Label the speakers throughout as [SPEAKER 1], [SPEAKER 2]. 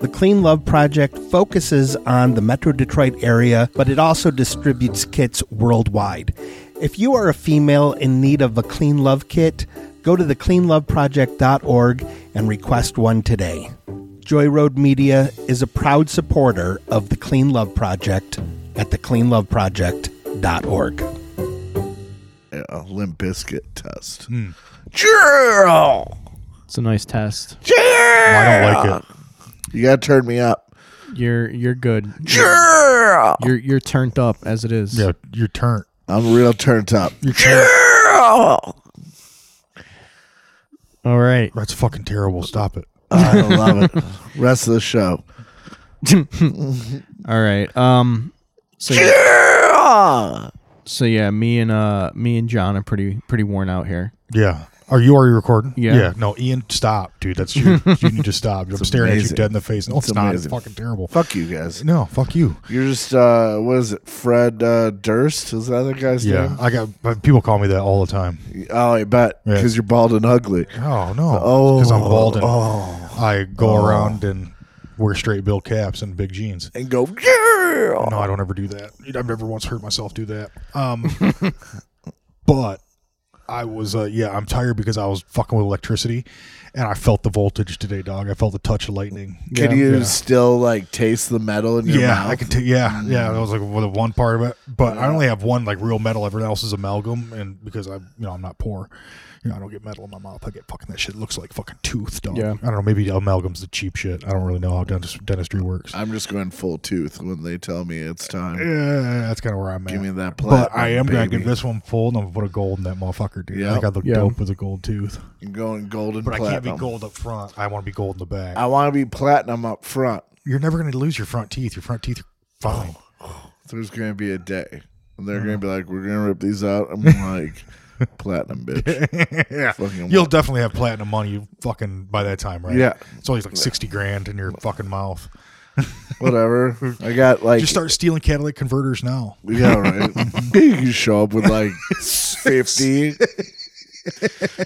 [SPEAKER 1] The Clean Love Project focuses on the Metro Detroit area, but it also distributes kits worldwide. If you are a female in need of a Clean Love kit, go to thecleanloveproject.org and request one today. Joy Road Media is a proud supporter of the Clean Love Project at thecleanloveproject.org.
[SPEAKER 2] A Limp Biscuit test.
[SPEAKER 3] Hmm.
[SPEAKER 2] Girl!
[SPEAKER 4] It's a nice test.
[SPEAKER 2] Girl!
[SPEAKER 3] I don't like it.
[SPEAKER 2] You got to turn me up.
[SPEAKER 4] You're you're good.
[SPEAKER 2] Girl!
[SPEAKER 4] You're you're turned up as it is.
[SPEAKER 3] Yeah, your turn.
[SPEAKER 2] I'm real turned up.
[SPEAKER 3] Your turn.
[SPEAKER 2] Girl!
[SPEAKER 4] All right.
[SPEAKER 3] That's fucking terrible. Stop it.
[SPEAKER 2] I love it. Rest of the show.
[SPEAKER 4] All right. Um. So yeah,
[SPEAKER 2] Girl!
[SPEAKER 4] so yeah, me and uh me and John are pretty pretty worn out here.
[SPEAKER 3] Yeah. Are you already recording?
[SPEAKER 4] Yeah.
[SPEAKER 3] No, Ian, stop, dude. That's you. you need to stop. I'm staring at you
[SPEAKER 2] amazing.
[SPEAKER 3] dead in the face. No, it's,
[SPEAKER 2] It's
[SPEAKER 3] not.
[SPEAKER 2] amazing.
[SPEAKER 3] It's fucking terrible.
[SPEAKER 2] Fuck you guys.
[SPEAKER 3] No, fuck you.
[SPEAKER 2] You're just, uh, what is it? Fred uh, Durst? Is that the guy's
[SPEAKER 3] Yeah. I got but people call me that all the time.
[SPEAKER 2] name? Oh, I bet.
[SPEAKER 3] Yeah.
[SPEAKER 2] Because you're bald and ugly.
[SPEAKER 3] Oh no.
[SPEAKER 2] Oh.
[SPEAKER 3] Because I'm bald and
[SPEAKER 2] oh.
[SPEAKER 3] I go around and wear straight bill caps and big jeans.
[SPEAKER 2] And go, girl!
[SPEAKER 3] No, I don't ever do that. I've never once heard myself do that. Um, but I was, uh, yeah, I'm tired because I was fucking with electricity, and I felt the voltage today, dog. I felt the touch of lightning.
[SPEAKER 2] Can
[SPEAKER 4] Yeah.
[SPEAKER 2] you
[SPEAKER 3] Yeah.
[SPEAKER 2] still, like, taste the metal in your
[SPEAKER 3] yeah,
[SPEAKER 2] mouth?
[SPEAKER 3] I can. T- yeah, yeah. That was like one- the one part of it. But I only have one like real metal. Everything else is amalgam, and because I, am you know, I'm not poor. You know, I don't get metal in my mouth. I get fucking that shit looks like fucking tooth, dog.
[SPEAKER 4] Yeah.
[SPEAKER 3] I don't know. Maybe amalgam's the cheap shit. I don't really know how dentist, dentistry works.
[SPEAKER 2] I'm just going full tooth when they tell me it's time.
[SPEAKER 3] yeah, that's kind of where I'm at.
[SPEAKER 2] Mm. Give me that platinum,
[SPEAKER 3] But I am gonna
[SPEAKER 2] baby.
[SPEAKER 3] give this one full, and I'm gonna put a gold in that motherfucker, dude.
[SPEAKER 2] Yeah.
[SPEAKER 3] I think I look
[SPEAKER 4] Yeah.
[SPEAKER 3] dope with a gold tooth.
[SPEAKER 2] I'm going golden
[SPEAKER 3] But
[SPEAKER 2] platinum.
[SPEAKER 3] I can't be gold up front. I want to be gold in the back.
[SPEAKER 2] I want to be platinum up front.
[SPEAKER 3] You're never gonna lose your front teeth. Your front teeth are
[SPEAKER 2] Oh.
[SPEAKER 3] fine.
[SPEAKER 2] There's going to be a day. And they're going
[SPEAKER 3] Mm.
[SPEAKER 2] to be like, we're going to rip these out. I'm like, platinum, bitch.
[SPEAKER 3] yeah,
[SPEAKER 2] Fucking
[SPEAKER 3] you'll definitely have platinum money. You fucking by that time, right?
[SPEAKER 2] Yeah.
[SPEAKER 3] it's only like sixty grand in your fucking mouth.
[SPEAKER 2] Whatever. I got like,
[SPEAKER 3] Just start stealing catalytic converters now.
[SPEAKER 2] yeah, right. you can show up with like 50.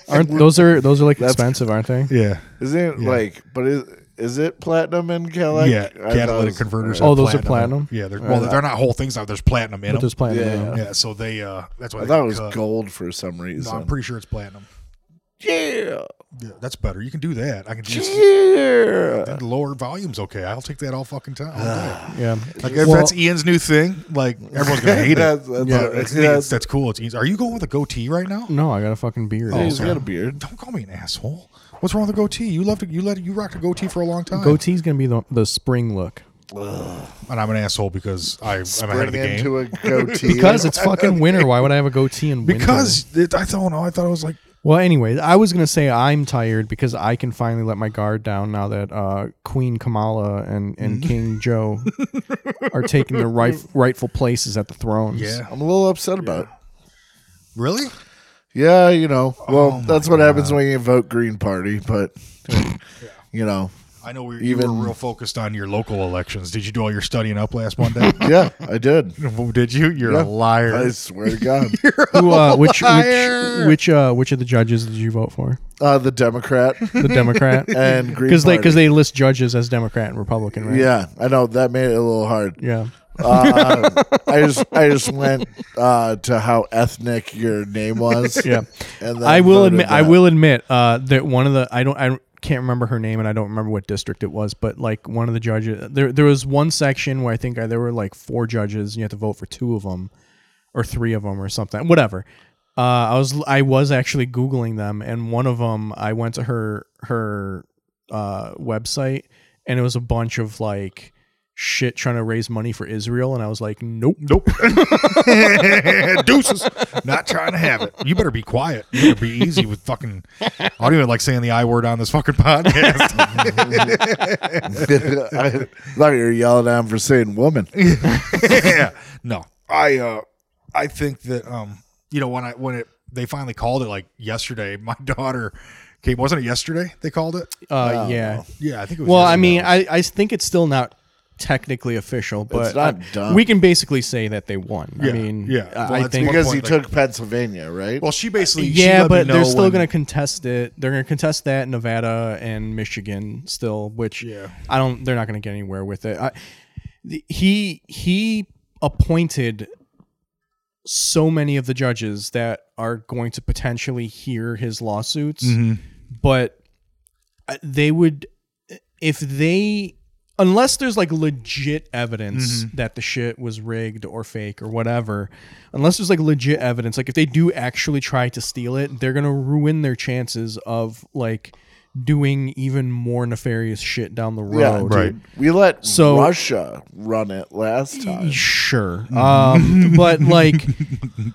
[SPEAKER 4] Aren't those are those are like
[SPEAKER 2] That's-
[SPEAKER 4] expensive, aren't they?
[SPEAKER 3] Yeah,
[SPEAKER 2] Isn't it
[SPEAKER 3] Yeah.
[SPEAKER 2] like, but is, is it platinum in Cadillac?
[SPEAKER 3] yeah.
[SPEAKER 2] I thought it
[SPEAKER 3] catalytic
[SPEAKER 2] was-
[SPEAKER 3] converters.
[SPEAKER 4] Oh, those are platinum?
[SPEAKER 3] Yeah, they're, well, they're not whole things now. There's platinum in
[SPEAKER 4] But
[SPEAKER 3] them.
[SPEAKER 4] there's platinum.
[SPEAKER 2] Yeah.
[SPEAKER 4] in them.
[SPEAKER 3] yeah, so they. uh That's why
[SPEAKER 2] I
[SPEAKER 3] they
[SPEAKER 2] thought
[SPEAKER 3] get
[SPEAKER 2] it was
[SPEAKER 3] cut.
[SPEAKER 2] gold for some
[SPEAKER 3] No,
[SPEAKER 2] reason.
[SPEAKER 3] I'm pretty sure it's platinum.
[SPEAKER 2] yeah.
[SPEAKER 3] Yeah, that's better. You can do that. I can just
[SPEAKER 2] Yeah.
[SPEAKER 3] the lower volume's okay. I'll take that all fucking time. all day.
[SPEAKER 4] Yeah.
[SPEAKER 3] Like if
[SPEAKER 4] Well-
[SPEAKER 3] that's Ian's new thing, like everyone's gonna hate it.
[SPEAKER 2] That's- that's-
[SPEAKER 3] yeah,
[SPEAKER 2] that's-
[SPEAKER 3] it's, it's- that's cool. It's Ian's. Are you going with a goatee right now?
[SPEAKER 4] No, I got a fucking beard.
[SPEAKER 2] He's got a beard.
[SPEAKER 3] Don't call me an asshole. What's wrong with a goatee? You loved it. You let you rocked a goatee for a long time.
[SPEAKER 4] Goatee's gonna be the the spring look
[SPEAKER 3] and I'm an asshole because I, I'm ahead
[SPEAKER 2] Bring
[SPEAKER 3] of the game.
[SPEAKER 2] into a goatee.
[SPEAKER 4] because it's fucking winter. Why would I have a goatee in winter?
[SPEAKER 3] because it, I don't know. I thought it was like
[SPEAKER 4] Well, anyway, I was gonna say I'm tired because I can finally let my guard down now that uh, Queen Kamala and,
[SPEAKER 2] Mm.
[SPEAKER 4] and King Joe are taking their right, rightful places at the thrones.
[SPEAKER 3] yeah.
[SPEAKER 2] I'm a little upset about. it.
[SPEAKER 3] Really?
[SPEAKER 2] Yeah, you know. Well,
[SPEAKER 3] Oh my
[SPEAKER 2] that's what happens when you vote Green Party, but you know.
[SPEAKER 3] I know we were, you
[SPEAKER 2] Even-
[SPEAKER 3] were real focused on your local elections. Did you do all your studying up last Monday?
[SPEAKER 2] Yeah, I did.
[SPEAKER 3] Did you? You're
[SPEAKER 2] Yeah.
[SPEAKER 3] a liar.
[SPEAKER 2] I swear to God.
[SPEAKER 4] Who, uh, which which
[SPEAKER 3] Liar.
[SPEAKER 4] which uh, which of the judges did you vote for?
[SPEAKER 2] Uh, the Democrat
[SPEAKER 4] The Democrat,
[SPEAKER 2] and Green
[SPEAKER 4] because they
[SPEAKER 2] Party.
[SPEAKER 4] because they list judges as Democrat and Republican, right?
[SPEAKER 2] yeah, I know that made it a little hard.
[SPEAKER 4] Yeah.
[SPEAKER 2] Uh, I just I just went uh, to how ethnic your name was.
[SPEAKER 4] Yeah.
[SPEAKER 2] and then
[SPEAKER 4] I will
[SPEAKER 2] voted
[SPEAKER 4] admit. I
[SPEAKER 2] that.
[SPEAKER 4] will admit uh, that one of the I don't I can't remember her name and I don't remember what district it was, but like one of the judges there there was one section where I think uh there were like four judges and you had to vote for two of them or three of them or something. Whatever. Uh, I was I was actually googling them and one of them I went to her her uh, website and it was a bunch of like shit trying to raise money for Israel, and I was like, nope.
[SPEAKER 3] Nope. Deuces. Not trying to have it. You better be quiet. You better be easy with fucking. I don't even like saying the I word on this fucking podcast.
[SPEAKER 2] I thought you were yelling at him for saying woman.
[SPEAKER 3] yeah. No. I uh I think that um you know when I when it they finally called it like yesterday, my daughter came wasn't it yesterday they called it?
[SPEAKER 2] Oh,
[SPEAKER 4] Uh, yeah.
[SPEAKER 3] Yeah, I think it was
[SPEAKER 4] Well, I
[SPEAKER 3] yesterday.
[SPEAKER 4] mean, I, I think it's still not technically official, but
[SPEAKER 2] It's not
[SPEAKER 4] uh,
[SPEAKER 2] done.
[SPEAKER 4] we can basically say that they won. I
[SPEAKER 3] Yeah,
[SPEAKER 4] mean,
[SPEAKER 3] yeah.
[SPEAKER 4] I-
[SPEAKER 3] Well,
[SPEAKER 4] I
[SPEAKER 3] that's
[SPEAKER 4] think
[SPEAKER 3] one
[SPEAKER 2] Because
[SPEAKER 3] point,
[SPEAKER 2] he
[SPEAKER 3] like-
[SPEAKER 2] took Pennsylvania, right?
[SPEAKER 3] Well, she basically she let
[SPEAKER 4] yeah,
[SPEAKER 3] me
[SPEAKER 4] but
[SPEAKER 3] know
[SPEAKER 4] they're still
[SPEAKER 3] when-
[SPEAKER 4] going to contest it. They're going to contest that in Nevada and Michigan still, which
[SPEAKER 3] Yeah.
[SPEAKER 4] I don't. They're not going to get anywhere with it. I, the- he he appointed so many of the judges that are going to potentially hear his lawsuits, but uh, they would if they unless there's like legit evidence that the shit was rigged or fake or whatever unless there's like legit evidence like if they do actually try to steal it they're going to ruin their chances of like doing even more nefarious shit down the road
[SPEAKER 2] yeah, dude.
[SPEAKER 3] Right.
[SPEAKER 2] We let
[SPEAKER 4] So-
[SPEAKER 2] Russia run it last time.
[SPEAKER 4] Sure, um, but like,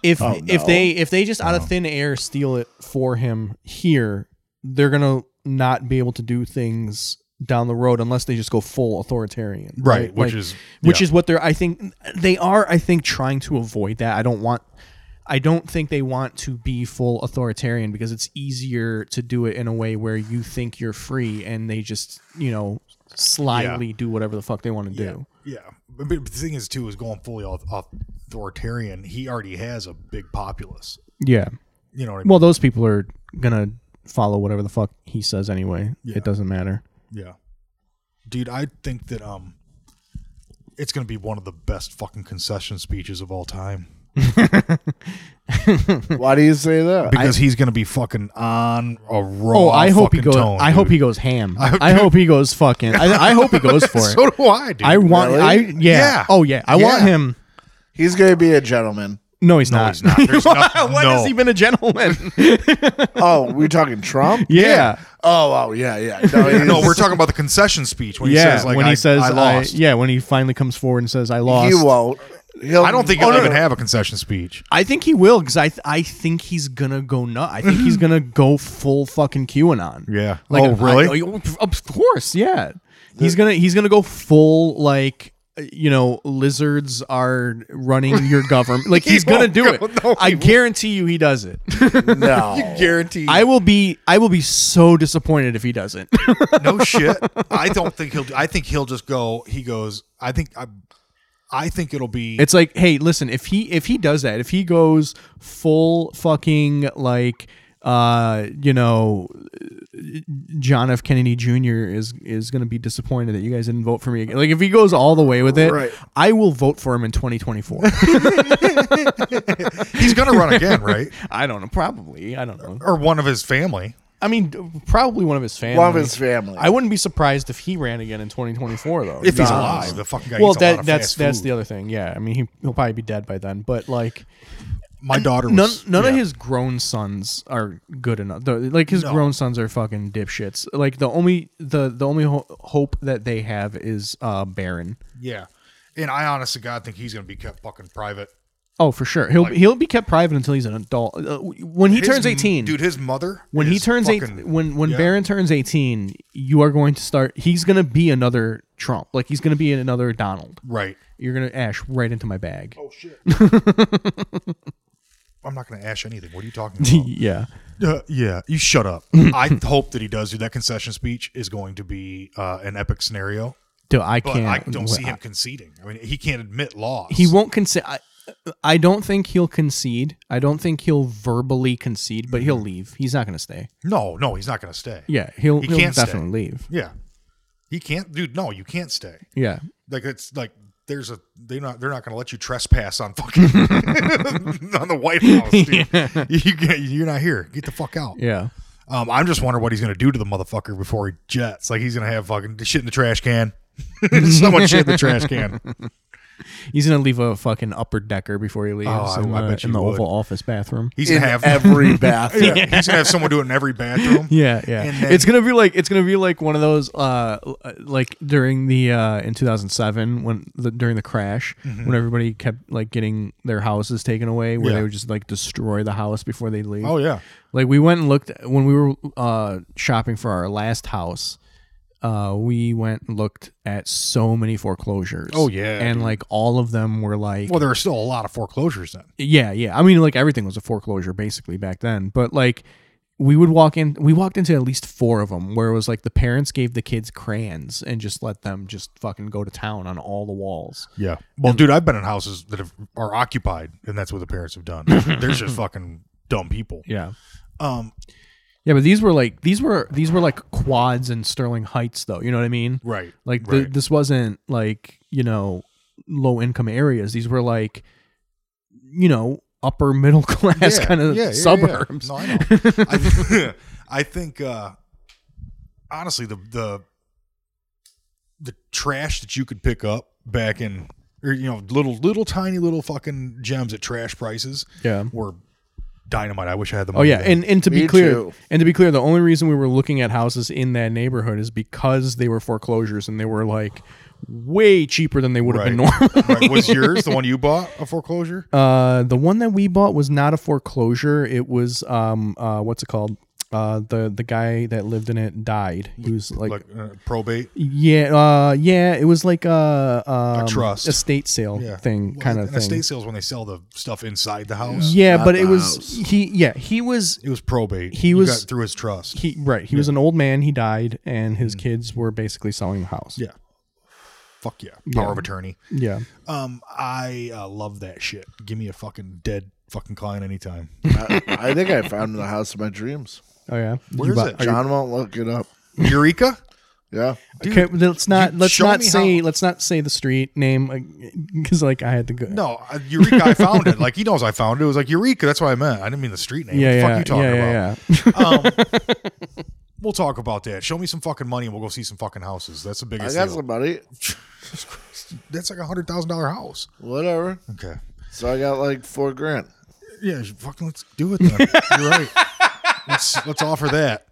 [SPEAKER 4] if
[SPEAKER 2] Oh,
[SPEAKER 4] if
[SPEAKER 2] no.
[SPEAKER 4] they if they just out of thin air steal it for him here, they're gonna not be able to do things down the road unless they just go full authoritarian,
[SPEAKER 3] Right, which is-
[SPEAKER 4] which
[SPEAKER 3] yeah.
[SPEAKER 4] is what they're. I think they are. I think trying to avoid that. I don't want. I don't think they want to be full authoritarian because it's easier to do it in a way where you think you're free and they just you know slyly do whatever the fuck they want to do.
[SPEAKER 3] Yeah, but but the thing is too is going fully auth- authoritarian. He already has a big populace.
[SPEAKER 4] Yeah.
[SPEAKER 3] You know what I mean?
[SPEAKER 4] Well, those people are gonna follow whatever the fuck he says anyway. It doesn't matter.
[SPEAKER 3] yeah, dude, I think that um, it's gonna be one of the best fucking concession speeches of all time
[SPEAKER 2] Why do you say that?
[SPEAKER 3] because he's gonna be fucking on a roll.
[SPEAKER 4] Oh, I hope he
[SPEAKER 3] fucking
[SPEAKER 4] goes.
[SPEAKER 3] Tone,
[SPEAKER 4] I hope
[SPEAKER 3] dude.
[SPEAKER 4] he goes ham. I, hope he goes fucking. I, I hope he goes for it.
[SPEAKER 3] So do I, dude.
[SPEAKER 4] I want.
[SPEAKER 2] Really?
[SPEAKER 4] I yeah.
[SPEAKER 3] Yeah.
[SPEAKER 4] Oh yeah. I want
[SPEAKER 3] Yeah.
[SPEAKER 4] him.
[SPEAKER 2] He's going to be a gentleman.
[SPEAKER 4] No, he's not.
[SPEAKER 3] he's not. There's no-
[SPEAKER 4] When
[SPEAKER 3] no.
[SPEAKER 4] has he been a gentleman?
[SPEAKER 2] Oh, we're talking Trump?
[SPEAKER 4] yeah.
[SPEAKER 2] Oh, wow. Yeah, yeah. No,
[SPEAKER 3] no,
[SPEAKER 2] he's-
[SPEAKER 3] we're talking about the concession speech when
[SPEAKER 4] yeah.
[SPEAKER 3] he says like
[SPEAKER 4] when
[SPEAKER 3] I,
[SPEAKER 4] he says uh,
[SPEAKER 3] I lost.
[SPEAKER 4] yeah. When he finally comes forward and says I lost.
[SPEAKER 2] He won't. He'll,
[SPEAKER 3] I don't think
[SPEAKER 2] Oh,
[SPEAKER 3] he'll
[SPEAKER 2] no,
[SPEAKER 3] even
[SPEAKER 2] no.
[SPEAKER 3] have a concession speech.
[SPEAKER 4] I think he will because I th- I think he's gonna go nut. I think he's gonna go full fucking QAnon.
[SPEAKER 3] Yeah.
[SPEAKER 4] Like,
[SPEAKER 3] Oh, really?
[SPEAKER 4] I- I- of course, yeah. He's gonna he's gonna go full like uh, you know lizards are running your government. Like he's gonna
[SPEAKER 3] won't
[SPEAKER 4] do
[SPEAKER 3] go-
[SPEAKER 4] it.
[SPEAKER 3] no,
[SPEAKER 4] I guarantee you he does it.
[SPEAKER 2] No.
[SPEAKER 3] Guaranteed.
[SPEAKER 4] I will be I will be so disappointed if he doesn't.
[SPEAKER 3] no shit. I don't think he'll. do- I think he'll just go. He goes. I think. I, I think it'll be.
[SPEAKER 4] It's like, hey, listen, if he if he does that, if he goes full fucking like uh, you know, John F. Kennedy Jr. is is going to be disappointed that you guys didn't vote for me again. Like if he goes all the way with it,
[SPEAKER 2] Right.
[SPEAKER 4] I will vote for him in 2024.
[SPEAKER 3] he's gonna run again, right?
[SPEAKER 4] I don't know, probably. I don't know.
[SPEAKER 3] Or one of his family.
[SPEAKER 4] I mean, d- probably one of his family.
[SPEAKER 2] One of his family.
[SPEAKER 4] I wouldn't be surprised if he ran again in 2024 though.
[SPEAKER 3] If he's
[SPEAKER 2] Nah.
[SPEAKER 3] alive, the fucking guy.
[SPEAKER 4] well,
[SPEAKER 3] eats a lot
[SPEAKER 4] that
[SPEAKER 3] of
[SPEAKER 4] that's
[SPEAKER 3] fast
[SPEAKER 4] that's
[SPEAKER 3] food.
[SPEAKER 4] the other thing. Yeah, I mean, he, he'll probably be dead by then. But like,
[SPEAKER 3] My daughter.
[SPEAKER 4] none
[SPEAKER 3] Was,
[SPEAKER 4] none of
[SPEAKER 3] yeah.
[SPEAKER 4] his grown sons are good enough. The- like his
[SPEAKER 3] No.
[SPEAKER 4] grown sons are fucking dipshits. Like the only the the only ho- hope that they have is uh Baron.
[SPEAKER 3] Yeah, and I honestly, God, think he's gonna be kept fucking private.
[SPEAKER 4] Oh, for sure. He'll he'll be kept private until he's an adult. Uh, when he
[SPEAKER 3] His
[SPEAKER 4] turns
[SPEAKER 3] m-
[SPEAKER 4] 18,
[SPEAKER 3] dude. His mother.
[SPEAKER 4] when he
[SPEAKER 3] is
[SPEAKER 4] turns eight,
[SPEAKER 3] fucking-
[SPEAKER 4] when when
[SPEAKER 3] yeah.
[SPEAKER 4] Baron turns 18, you are going to start he's going to be another Trump. Like he's going to be another Donald.
[SPEAKER 3] Right.
[SPEAKER 4] You're going to ash right into my bag.
[SPEAKER 3] Oh shit. I'm not gonna ash anything. What are you talking about?
[SPEAKER 4] yeah.
[SPEAKER 3] Uh, yeah, you shut up. I hope that he does do that concession speech is going to be uh, an epic scenario,
[SPEAKER 4] Dude, I
[SPEAKER 3] but
[SPEAKER 4] can't
[SPEAKER 3] I don't see him conceding. I mean, he can't admit loss.
[SPEAKER 4] he won't concede. I, I don't think he'll concede. I don't think he'll verbally concede, but
[SPEAKER 3] Mm-hmm.
[SPEAKER 4] he'll leave. He's not going to stay.
[SPEAKER 3] No, no, he's not going to stay.
[SPEAKER 4] Yeah, he'll,
[SPEAKER 3] He
[SPEAKER 4] he will
[SPEAKER 3] can't stay.
[SPEAKER 4] definitely leave.
[SPEAKER 3] yeah, he can't, dude. No, you can't stay.
[SPEAKER 4] Yeah.
[SPEAKER 3] Like it's like there's a they're not they're not going to let you trespass on fucking on the White House. Dude. You get, you're not here. Get the fuck out.
[SPEAKER 4] Yeah.
[SPEAKER 3] Um, I'm just wondering what he's going to do to the motherfucker before he jets. Like he's going to have fucking shit in the trash can. so much shit in the trash can.
[SPEAKER 4] He's gonna leave a fucking upper decker before he leaves
[SPEAKER 3] Oh, I-
[SPEAKER 4] in,
[SPEAKER 3] I
[SPEAKER 4] the,
[SPEAKER 3] bet
[SPEAKER 4] in
[SPEAKER 3] you
[SPEAKER 4] the
[SPEAKER 3] would.
[SPEAKER 4] Oval Office bathroom.
[SPEAKER 3] He's
[SPEAKER 2] in
[SPEAKER 3] gonna have
[SPEAKER 2] every bathroom.
[SPEAKER 3] yeah, he's gonna have someone do it in every bathroom.
[SPEAKER 4] Yeah, yeah.
[SPEAKER 3] And then-
[SPEAKER 4] it's gonna be like it's gonna be like one of those uh l- uh, like during the uh in 2007 when the during the crash when everybody kept like getting their houses taken away
[SPEAKER 3] Mm-hmm.
[SPEAKER 4] where
[SPEAKER 3] Yeah.
[SPEAKER 4] they would just like destroy the house before they leave.
[SPEAKER 3] Oh yeah.
[SPEAKER 4] Like we went and looked when we were uh shopping for our last house. Uh, we went and looked at so many foreclosures.
[SPEAKER 3] Oh, yeah,
[SPEAKER 4] and like all of them were like
[SPEAKER 3] Well, there are still a lot of foreclosures then.
[SPEAKER 4] yeah, yeah. I mean, like everything was a foreclosure basically back then. But like, we would walk in. We walked into at least four of them where it was like the parents gave the kids crayons and just let them just fucking go to town on all the walls.
[SPEAKER 3] Yeah. Well, dude, I've been in houses that have, are occupied, and that's what the parents have done. They're just fucking dumb people.
[SPEAKER 4] Yeah,
[SPEAKER 3] Um.
[SPEAKER 4] yeah. But these were like these were these were like quads in Sterling Heights, though. You know what I mean?
[SPEAKER 3] Right.
[SPEAKER 4] Like
[SPEAKER 3] Right.
[SPEAKER 4] th- this wasn't like you know low income areas. These were like you know upper middle class
[SPEAKER 3] Yeah,
[SPEAKER 4] kind of
[SPEAKER 3] yeah, yeah, yeah.
[SPEAKER 4] suburbs.
[SPEAKER 3] No, I know. I, th- I think uh, honestly, the the the trash that you could pick up back in, or you know, little little tiny little fucking gems at trash prices
[SPEAKER 4] Yeah.
[SPEAKER 3] were dynamite. I wish I had the
[SPEAKER 4] Mm-hmm. Oh
[SPEAKER 3] money.
[SPEAKER 4] yeah,
[SPEAKER 3] then.
[SPEAKER 4] and and to be
[SPEAKER 2] Me
[SPEAKER 4] clear,
[SPEAKER 2] too.
[SPEAKER 4] and to be clear, the only reason we were looking at houses in that neighborhood is because they were foreclosures and they were like way cheaper than they would have been normal.
[SPEAKER 3] Right. Was yours the one you bought a foreclosure?
[SPEAKER 4] Uh, the one that we bought was not a foreclosure. It was um uh what's it called? Uh, the the guy that lived in it died. He was like.
[SPEAKER 3] Like uh, probate.
[SPEAKER 4] yeah, uh, yeah. It was like a, um,
[SPEAKER 3] trust.
[SPEAKER 4] estate sale
[SPEAKER 3] Yeah.
[SPEAKER 4] thing,
[SPEAKER 3] Well,
[SPEAKER 4] kind
[SPEAKER 3] an
[SPEAKER 4] of thing.
[SPEAKER 3] Estate sales when they sell the stuff inside the house.
[SPEAKER 4] yeah,
[SPEAKER 2] Not
[SPEAKER 4] but
[SPEAKER 2] the
[SPEAKER 4] it was
[SPEAKER 2] house.
[SPEAKER 4] he. Yeah, he was
[SPEAKER 3] It was probate.
[SPEAKER 4] He
[SPEAKER 3] You
[SPEAKER 4] was-
[SPEAKER 3] got through his trust.
[SPEAKER 4] he. Right, he was an old man. He died, and his kids were basically selling the house.
[SPEAKER 3] yeah. Fuck yeah. Power of attorney.
[SPEAKER 4] yeah.
[SPEAKER 3] Um, I uh, love that shit. Give me a fucking dead fucking client anytime.
[SPEAKER 2] I, I think I found the house of my dreams.
[SPEAKER 4] Oh yeah.
[SPEAKER 3] Where is it?
[SPEAKER 2] John won't look it up.
[SPEAKER 3] Eureka.
[SPEAKER 2] Yeah.
[SPEAKER 4] okay, let's not
[SPEAKER 3] you
[SPEAKER 4] let's
[SPEAKER 3] show
[SPEAKER 4] not
[SPEAKER 3] me
[SPEAKER 4] say
[SPEAKER 3] how-
[SPEAKER 4] let's not say the street name because like I had to go.
[SPEAKER 3] No, uh, Eureka. I found it. Like he knows I found it. It was like Eureka. That's what I meant. I didn't mean the street name.
[SPEAKER 4] Yeah,
[SPEAKER 3] what the
[SPEAKER 4] yeah,
[SPEAKER 3] fuck you talking
[SPEAKER 4] yeah,
[SPEAKER 3] about?
[SPEAKER 4] yeah, yeah.
[SPEAKER 3] We'll talk about that. Show me some fucking money and we'll go see some fucking houses. Uh, That's the
[SPEAKER 2] I
[SPEAKER 3] biggest.
[SPEAKER 2] got
[SPEAKER 3] deal.
[SPEAKER 2] somebody.
[SPEAKER 3] That's like a hundred thousand dollar house.
[SPEAKER 2] Whatever.
[SPEAKER 3] Okay.
[SPEAKER 2] So I got like four grand.
[SPEAKER 3] Yeah, sh- fucking let's do it then. you're right. Let's let's offer that.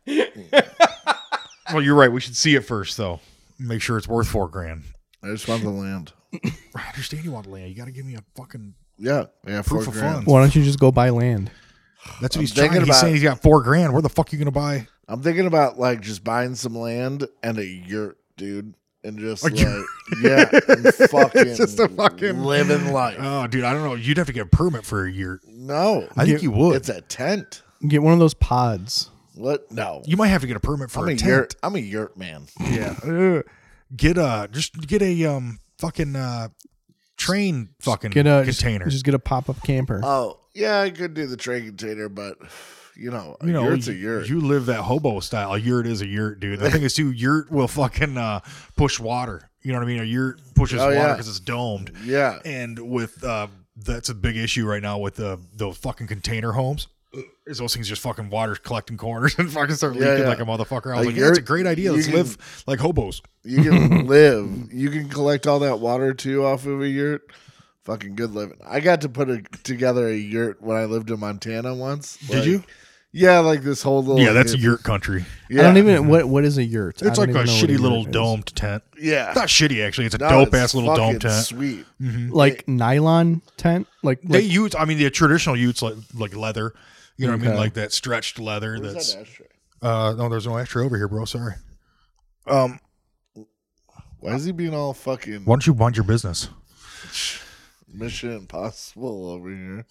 [SPEAKER 3] well, you're right. We should see it first though. Make sure it's worth four grand.
[SPEAKER 2] I just want the land.
[SPEAKER 3] I understand you want land. You got to give me a fucking.
[SPEAKER 2] Yeah. I got four
[SPEAKER 3] Proof of
[SPEAKER 2] grand.
[SPEAKER 3] funds.
[SPEAKER 4] Why don't you just go buy land?
[SPEAKER 3] That's what he's
[SPEAKER 2] thinking
[SPEAKER 3] trying. He's
[SPEAKER 2] about-
[SPEAKER 3] saying he's got four grand. Where the fuck you gonna buy?
[SPEAKER 2] I'm thinking about like just buying some land and a yurt, dude. And just like,
[SPEAKER 3] yurt.
[SPEAKER 2] yeah, and fucking,
[SPEAKER 3] just a fucking-
[SPEAKER 2] living life.
[SPEAKER 3] Oh, dude, I don't know. You'd have to get a permit for a year.
[SPEAKER 2] no,
[SPEAKER 3] I think you would.
[SPEAKER 2] It's a tent.
[SPEAKER 4] Get one of those pods.
[SPEAKER 2] What? No,
[SPEAKER 3] You might have to get a permit for
[SPEAKER 2] I'm
[SPEAKER 3] a,
[SPEAKER 2] a
[SPEAKER 3] tent.
[SPEAKER 2] yurt. I'm a yurt man.
[SPEAKER 3] Yeah. Ugh. Get a just get a um fucking uh train fucking
[SPEAKER 4] Get a just-
[SPEAKER 3] container. Uh,
[SPEAKER 4] Just, get a pop up camper.
[SPEAKER 2] Oh, yeah, I could do the train container, but you know, a
[SPEAKER 3] you know,
[SPEAKER 2] yurt's a
[SPEAKER 3] you-
[SPEAKER 2] yurt.
[SPEAKER 3] You live that hobo style. A yurt is a yurt, dude. The thing is, too, yurt will fucking uh, push water. You know what I mean? A yurt pushes
[SPEAKER 2] Oh,
[SPEAKER 3] water 'cause water
[SPEAKER 2] yeah.
[SPEAKER 3] because it's domed.
[SPEAKER 2] yeah,
[SPEAKER 3] And with uh, that's a big issue right now with the those fucking container homes. Is those things just fucking water collecting corners and fucking start
[SPEAKER 2] Yeah,
[SPEAKER 3] leaking
[SPEAKER 2] yeah.
[SPEAKER 3] like a motherfucker? I was
[SPEAKER 2] A
[SPEAKER 3] like, yeah, that's a
[SPEAKER 2] yurt,
[SPEAKER 3] great idea.
[SPEAKER 2] you
[SPEAKER 3] Let's
[SPEAKER 2] can-
[SPEAKER 3] live like hobos.
[SPEAKER 2] you can live. You can collect all that water too off of a yurt. Fucking good living. I got to put a, together a yurt when I lived in Montana once.
[SPEAKER 3] Did you?
[SPEAKER 2] Yeah, like this whole little.
[SPEAKER 3] yeah, that's yurt country.
[SPEAKER 2] Yeah.
[SPEAKER 4] I don't even what what is a yurt. I
[SPEAKER 3] It's
[SPEAKER 4] don't
[SPEAKER 3] like a
[SPEAKER 4] even know what
[SPEAKER 3] shitty
[SPEAKER 4] yurt
[SPEAKER 3] little
[SPEAKER 4] is.
[SPEAKER 3] domed tent.
[SPEAKER 2] Yeah.
[SPEAKER 3] It's not shitty actually. It's a
[SPEAKER 2] No,
[SPEAKER 3] dope
[SPEAKER 2] it's
[SPEAKER 3] ass little dome
[SPEAKER 2] fucking
[SPEAKER 3] tent.
[SPEAKER 2] Sweet.
[SPEAKER 4] like nylon tent, like,
[SPEAKER 3] they
[SPEAKER 4] like
[SPEAKER 3] use i mean the traditional use like like leather you know what i mean
[SPEAKER 4] Okay.
[SPEAKER 3] like that stretched leather
[SPEAKER 2] Where's
[SPEAKER 3] that's
[SPEAKER 2] that ashtray?
[SPEAKER 3] uh no there's no extra over here bro sorry
[SPEAKER 2] Why is he being all fucking
[SPEAKER 3] why don't you mind your business
[SPEAKER 2] Mission Impossible over here?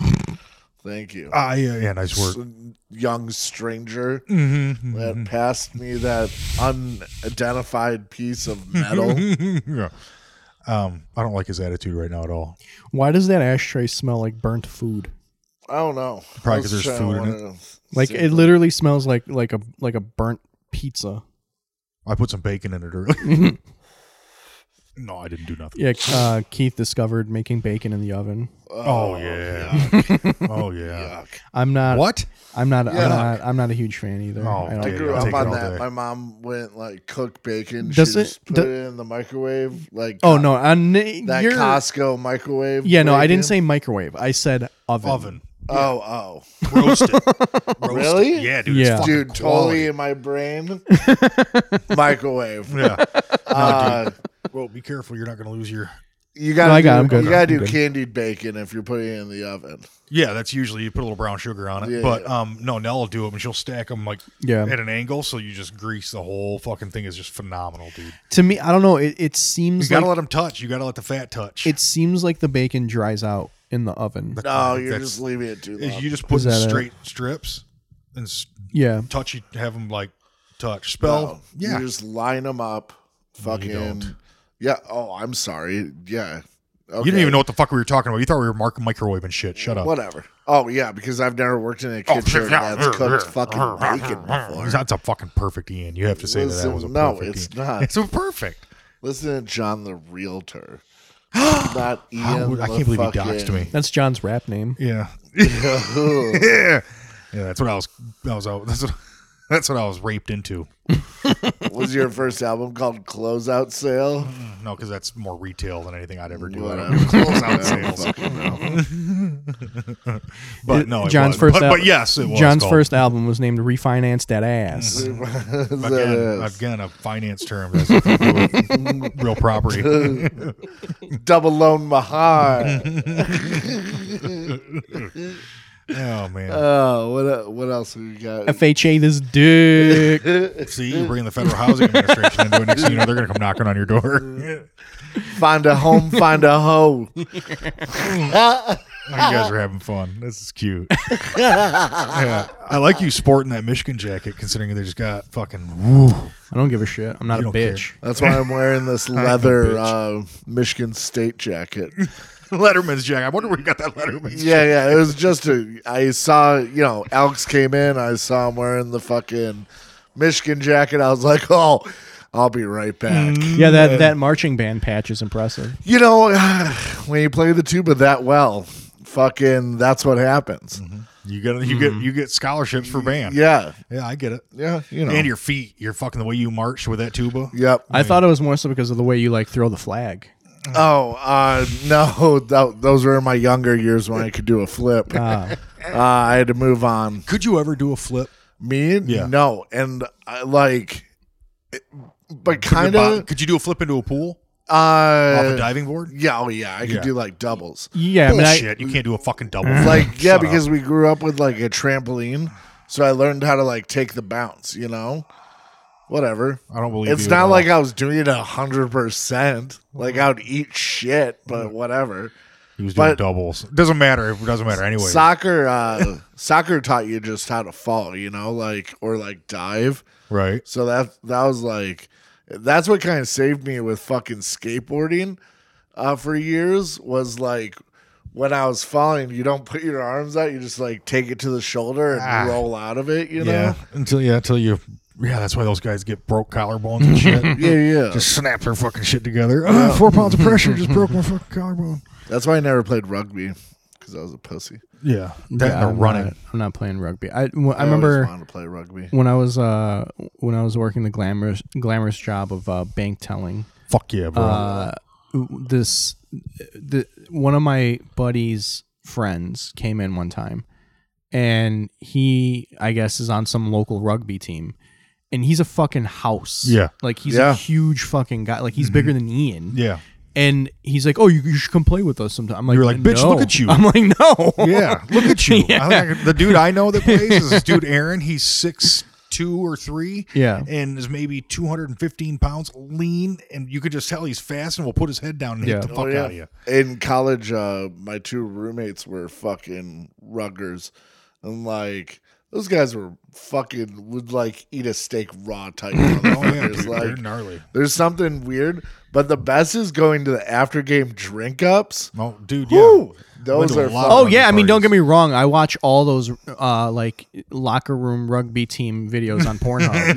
[SPEAKER 2] Thank you,
[SPEAKER 3] ah yeah yeah nice work
[SPEAKER 2] young stranger
[SPEAKER 3] Mhm.
[SPEAKER 2] that passed me that unidentified piece of metal.
[SPEAKER 3] yeah. um i don't like his attitude right now at all
[SPEAKER 4] why does that ashtray smell like burnt food?
[SPEAKER 2] I don't know.
[SPEAKER 3] Probably
[SPEAKER 2] I was
[SPEAKER 3] 'cause there's
[SPEAKER 2] trying
[SPEAKER 3] food
[SPEAKER 2] to
[SPEAKER 3] in
[SPEAKER 2] wanna
[SPEAKER 4] Like
[SPEAKER 2] see-
[SPEAKER 4] it literally smells like like a like a burnt pizza.
[SPEAKER 3] i put some bacon in it earlier No, I didn't do nothing.
[SPEAKER 4] Yeah, uh, Keith discovered making bacon in the oven.
[SPEAKER 3] Oh, yeah. oh yeah.
[SPEAKER 4] I'm not.
[SPEAKER 3] What?
[SPEAKER 4] I'm not.
[SPEAKER 2] Yuck.
[SPEAKER 4] I'm not. I'm not a huge fan either.
[SPEAKER 3] Oh,
[SPEAKER 4] I don't
[SPEAKER 2] I
[SPEAKER 3] dude,
[SPEAKER 2] grew
[SPEAKER 3] I'll
[SPEAKER 2] up
[SPEAKER 3] take it
[SPEAKER 2] on
[SPEAKER 3] all
[SPEAKER 2] that.
[SPEAKER 3] day.
[SPEAKER 2] My mom went like cook bacon.
[SPEAKER 4] Does
[SPEAKER 2] she
[SPEAKER 4] it-
[SPEAKER 2] just put
[SPEAKER 4] do-
[SPEAKER 2] it in the microwave. Like
[SPEAKER 4] oh
[SPEAKER 2] uh,
[SPEAKER 4] no, I'm,
[SPEAKER 2] that
[SPEAKER 4] you're,
[SPEAKER 2] Costco microwave.
[SPEAKER 4] Yeah, no, I
[SPEAKER 2] bacon.
[SPEAKER 4] didn't say microwave. I said oven.
[SPEAKER 3] Oven.
[SPEAKER 2] Oh, oh,
[SPEAKER 3] Roast it. Roast
[SPEAKER 2] Really?
[SPEAKER 3] It. Yeah, dude. it's
[SPEAKER 4] Yeah.
[SPEAKER 3] fucking
[SPEAKER 2] dude, totally in my brain. microwave.
[SPEAKER 3] quality. Yeah.
[SPEAKER 2] Uh,
[SPEAKER 3] Well, be careful. You're not going to lose your.
[SPEAKER 2] you gotta.
[SPEAKER 4] No, I got-
[SPEAKER 2] do,
[SPEAKER 4] I'm good.
[SPEAKER 2] You gotta
[SPEAKER 4] I'm
[SPEAKER 2] do
[SPEAKER 4] good.
[SPEAKER 2] candied bacon if you're putting it in the oven.
[SPEAKER 3] Yeah, that's usually you put a little brown sugar on it.
[SPEAKER 2] Yeah.
[SPEAKER 3] But um, no, Nell will do them and she'll stack them like
[SPEAKER 4] Yeah.
[SPEAKER 3] at an angle, so you just grease the whole fucking thing. Is just phenomenal, dude.
[SPEAKER 4] To me, I don't know. It, it
[SPEAKER 3] You
[SPEAKER 4] seems
[SPEAKER 3] gotta let
[SPEAKER 4] like
[SPEAKER 3] them touch. You gotta let the fat touch.
[SPEAKER 4] it seems like the bacon dries out in the oven.
[SPEAKER 2] No, you're
[SPEAKER 3] That's-
[SPEAKER 2] just leaving it too
[SPEAKER 3] Is
[SPEAKER 2] long.
[SPEAKER 3] you just put
[SPEAKER 4] Is that a-
[SPEAKER 3] straight strips and s-
[SPEAKER 4] Yeah.
[SPEAKER 3] touch. You have them like touch
[SPEAKER 2] No,
[SPEAKER 3] spell. yeah,
[SPEAKER 2] you just line them up. Fucking.
[SPEAKER 3] don't.
[SPEAKER 2] Yeah. Oh, I'm sorry. Yeah. Okay.
[SPEAKER 3] you didn't even know what the fuck we were talking about. You thought we were mark- microwave and shit. Shut up.
[SPEAKER 2] Whatever. Oh yeah, because I've never worked in a
[SPEAKER 3] Oh,
[SPEAKER 2] kitchen that's cooked fucking bacon before.
[SPEAKER 3] That's a fucking perfect Ian. You have to say that that
[SPEAKER 2] Listen,
[SPEAKER 3] was a
[SPEAKER 2] no,
[SPEAKER 3] perfect
[SPEAKER 2] it's
[SPEAKER 3] Ian.
[SPEAKER 2] not.
[SPEAKER 3] It's a perfect.
[SPEAKER 2] Listen to John the Realtor. Not Ian.
[SPEAKER 3] How would- I
[SPEAKER 2] the
[SPEAKER 3] can't believe he
[SPEAKER 2] fucking-
[SPEAKER 3] doxed me.
[SPEAKER 4] That's John's rap name.
[SPEAKER 3] Yeah.
[SPEAKER 2] Ugh.
[SPEAKER 3] yeah. Yeah, that's what I was I was out. That's what that's what I was raped into.
[SPEAKER 2] was your first album called Closeout Sale?
[SPEAKER 3] No, because that's more retail than anything I'd ever do. I
[SPEAKER 2] Whatever.
[SPEAKER 3] don't close out
[SPEAKER 2] I don't
[SPEAKER 3] sales.
[SPEAKER 2] fucking know.
[SPEAKER 3] But no, it
[SPEAKER 4] John's
[SPEAKER 3] was.
[SPEAKER 4] first
[SPEAKER 3] But,
[SPEAKER 4] al-
[SPEAKER 3] but yes, it was
[SPEAKER 4] John's
[SPEAKER 3] called- Mm-hmm.
[SPEAKER 4] first album was named "Refinance That Ass."
[SPEAKER 2] Is
[SPEAKER 3] again,
[SPEAKER 2] that
[SPEAKER 3] again a finance term. That's nothing to do with real property.
[SPEAKER 2] it? Double Loan Mahar.
[SPEAKER 3] Oh man.
[SPEAKER 2] oh, what el- what else we got?
[SPEAKER 4] FHA this dick.
[SPEAKER 3] See, you're bringing the Federal Housing Administration into it. Next thing you know, they're going to come knocking on your door.
[SPEAKER 2] Find a home, find a hoe.
[SPEAKER 3] you guys are having fun. This is cute. Yeah. I like you sporting that Michigan jacket, considering they just got fucking woo.
[SPEAKER 4] I don't give a shit. I'm not
[SPEAKER 3] You don't
[SPEAKER 4] a
[SPEAKER 3] care.
[SPEAKER 4] bitch.
[SPEAKER 2] That's why I'm wearing this leather uh, Michigan State jacket.
[SPEAKER 3] Letterman's jacket. I wonder where you got that Letterman's.
[SPEAKER 2] Yeah, yeah. It was just a. I saw, you know, Alex came in. I saw him wearing the fucking Michigan jacket. I was like, oh, I'll be right back.
[SPEAKER 4] Yeah, that that marching band patch is impressive.
[SPEAKER 2] You know, when you play the tuba that well, fucking, that's what happens.
[SPEAKER 3] You get you get you get scholarships for band.
[SPEAKER 2] Mm-hmm. Yeah,
[SPEAKER 3] yeah, I get it.
[SPEAKER 2] yeah. You know.
[SPEAKER 3] And your feet, you're fucking the way you march with that tuba.
[SPEAKER 2] Yep.
[SPEAKER 4] I thought it was more so because of the way you like throw the flag.
[SPEAKER 2] Oh uh, no, th- those were my younger years when I could do a flip. Uh, I had to move on.
[SPEAKER 3] Could you ever do a flip?
[SPEAKER 2] Me?
[SPEAKER 3] Yeah.
[SPEAKER 2] No, and I, like, it- but kind
[SPEAKER 3] Bo-
[SPEAKER 2] of.
[SPEAKER 3] Could you do a flip into a pool off a
[SPEAKER 2] Uh,
[SPEAKER 3] diving board?
[SPEAKER 2] yeah. Oh yeah, I could
[SPEAKER 3] Yeah.
[SPEAKER 2] do like doubles.
[SPEAKER 4] Yeah, I Mm. mean, I,
[SPEAKER 3] Bullshit! you can't do a fucking double. flip.
[SPEAKER 2] Like yeah,
[SPEAKER 3] Shut
[SPEAKER 2] because
[SPEAKER 3] up.
[SPEAKER 2] we grew up with like a trampoline, so I learned how to like take the bounce. You know, whatever.
[SPEAKER 3] I don't believe
[SPEAKER 2] It's
[SPEAKER 3] you
[SPEAKER 2] not
[SPEAKER 3] at
[SPEAKER 2] like
[SPEAKER 3] all.
[SPEAKER 2] I was doing it a hundred percent. Like I would eat shit, but whatever.
[SPEAKER 3] he was doing
[SPEAKER 2] but-
[SPEAKER 3] doubles. Doesn't matter. It doesn't matter anyway.
[SPEAKER 2] Soccer, uh, soccer taught you just how to fall, you know, like or like dive.
[SPEAKER 3] right.
[SPEAKER 2] So that that was like, that's what kind of saved me with fucking skateboarding, uh, for years was like. When I was falling, you don't put your arms out. You just like take it to the shoulder and
[SPEAKER 3] Ah.
[SPEAKER 2] roll out of it. You know,
[SPEAKER 3] Yeah, until yeah, until you. Yeah, that's why those guys get broke collarbones and shit.
[SPEAKER 2] yeah, yeah.
[SPEAKER 3] Just snap their fucking shit together. Ah, four pounds of pressure just broke my fucking collarbone.
[SPEAKER 2] That's why I never played rugby because I was a pussy.
[SPEAKER 3] Yeah, that
[SPEAKER 4] yeah,
[SPEAKER 3] and
[SPEAKER 4] I'm
[SPEAKER 3] the running.
[SPEAKER 4] Not, I'm not playing rugby. I, w- I
[SPEAKER 2] I,
[SPEAKER 4] remember
[SPEAKER 2] always wanted to play rugby.
[SPEAKER 4] when I was uh when I was working the glamorous glamorous job of uh, bank telling.
[SPEAKER 3] Fuck yeah, bro.
[SPEAKER 4] Uh, this the one of my buddy's friends came in one time, and he I guess is on some local rugby team, and he's a fucking house.
[SPEAKER 3] Yeah. Mm-hmm.
[SPEAKER 4] like he's
[SPEAKER 2] Yeah.
[SPEAKER 4] a huge fucking guy. Like he's bigger than Ian.
[SPEAKER 3] yeah,
[SPEAKER 4] And he's like, "Oh, you, you should come play with us sometime." I'm like,
[SPEAKER 3] were like, "Bitch,
[SPEAKER 4] "No."
[SPEAKER 3] look at you."
[SPEAKER 4] I'm like, "No."
[SPEAKER 3] yeah. Look at you.
[SPEAKER 4] Yeah.
[SPEAKER 3] I think I- the dude I know that plays is this dude Aaron. He's six two or three.
[SPEAKER 4] Yeah.
[SPEAKER 3] and is maybe two hundred and fifteen pounds, lean, and you could just tell he's fast and will put his head down and
[SPEAKER 4] Yeah.
[SPEAKER 3] hit the
[SPEAKER 2] Oh,
[SPEAKER 3] fuck
[SPEAKER 2] yeah.
[SPEAKER 3] out of you.
[SPEAKER 2] In college, uh, my two roommates were fucking ruggers, and like Those guys were fucking would like eat a steak raw type. motherfuckers.
[SPEAKER 3] Oh, They're
[SPEAKER 2] like
[SPEAKER 3] gnarly.
[SPEAKER 2] there's something weird, but the best is going to the after game drink ups.
[SPEAKER 3] Oh, dude, yeah.
[SPEAKER 2] Whew, those
[SPEAKER 3] Went
[SPEAKER 2] are
[SPEAKER 3] to a lot
[SPEAKER 2] fun.
[SPEAKER 4] Oh
[SPEAKER 3] Rugby
[SPEAKER 4] yeah, I mean, don't
[SPEAKER 3] parties.
[SPEAKER 4] get me wrong. I watch all those uh, like locker room rugby team videos on Pornhub.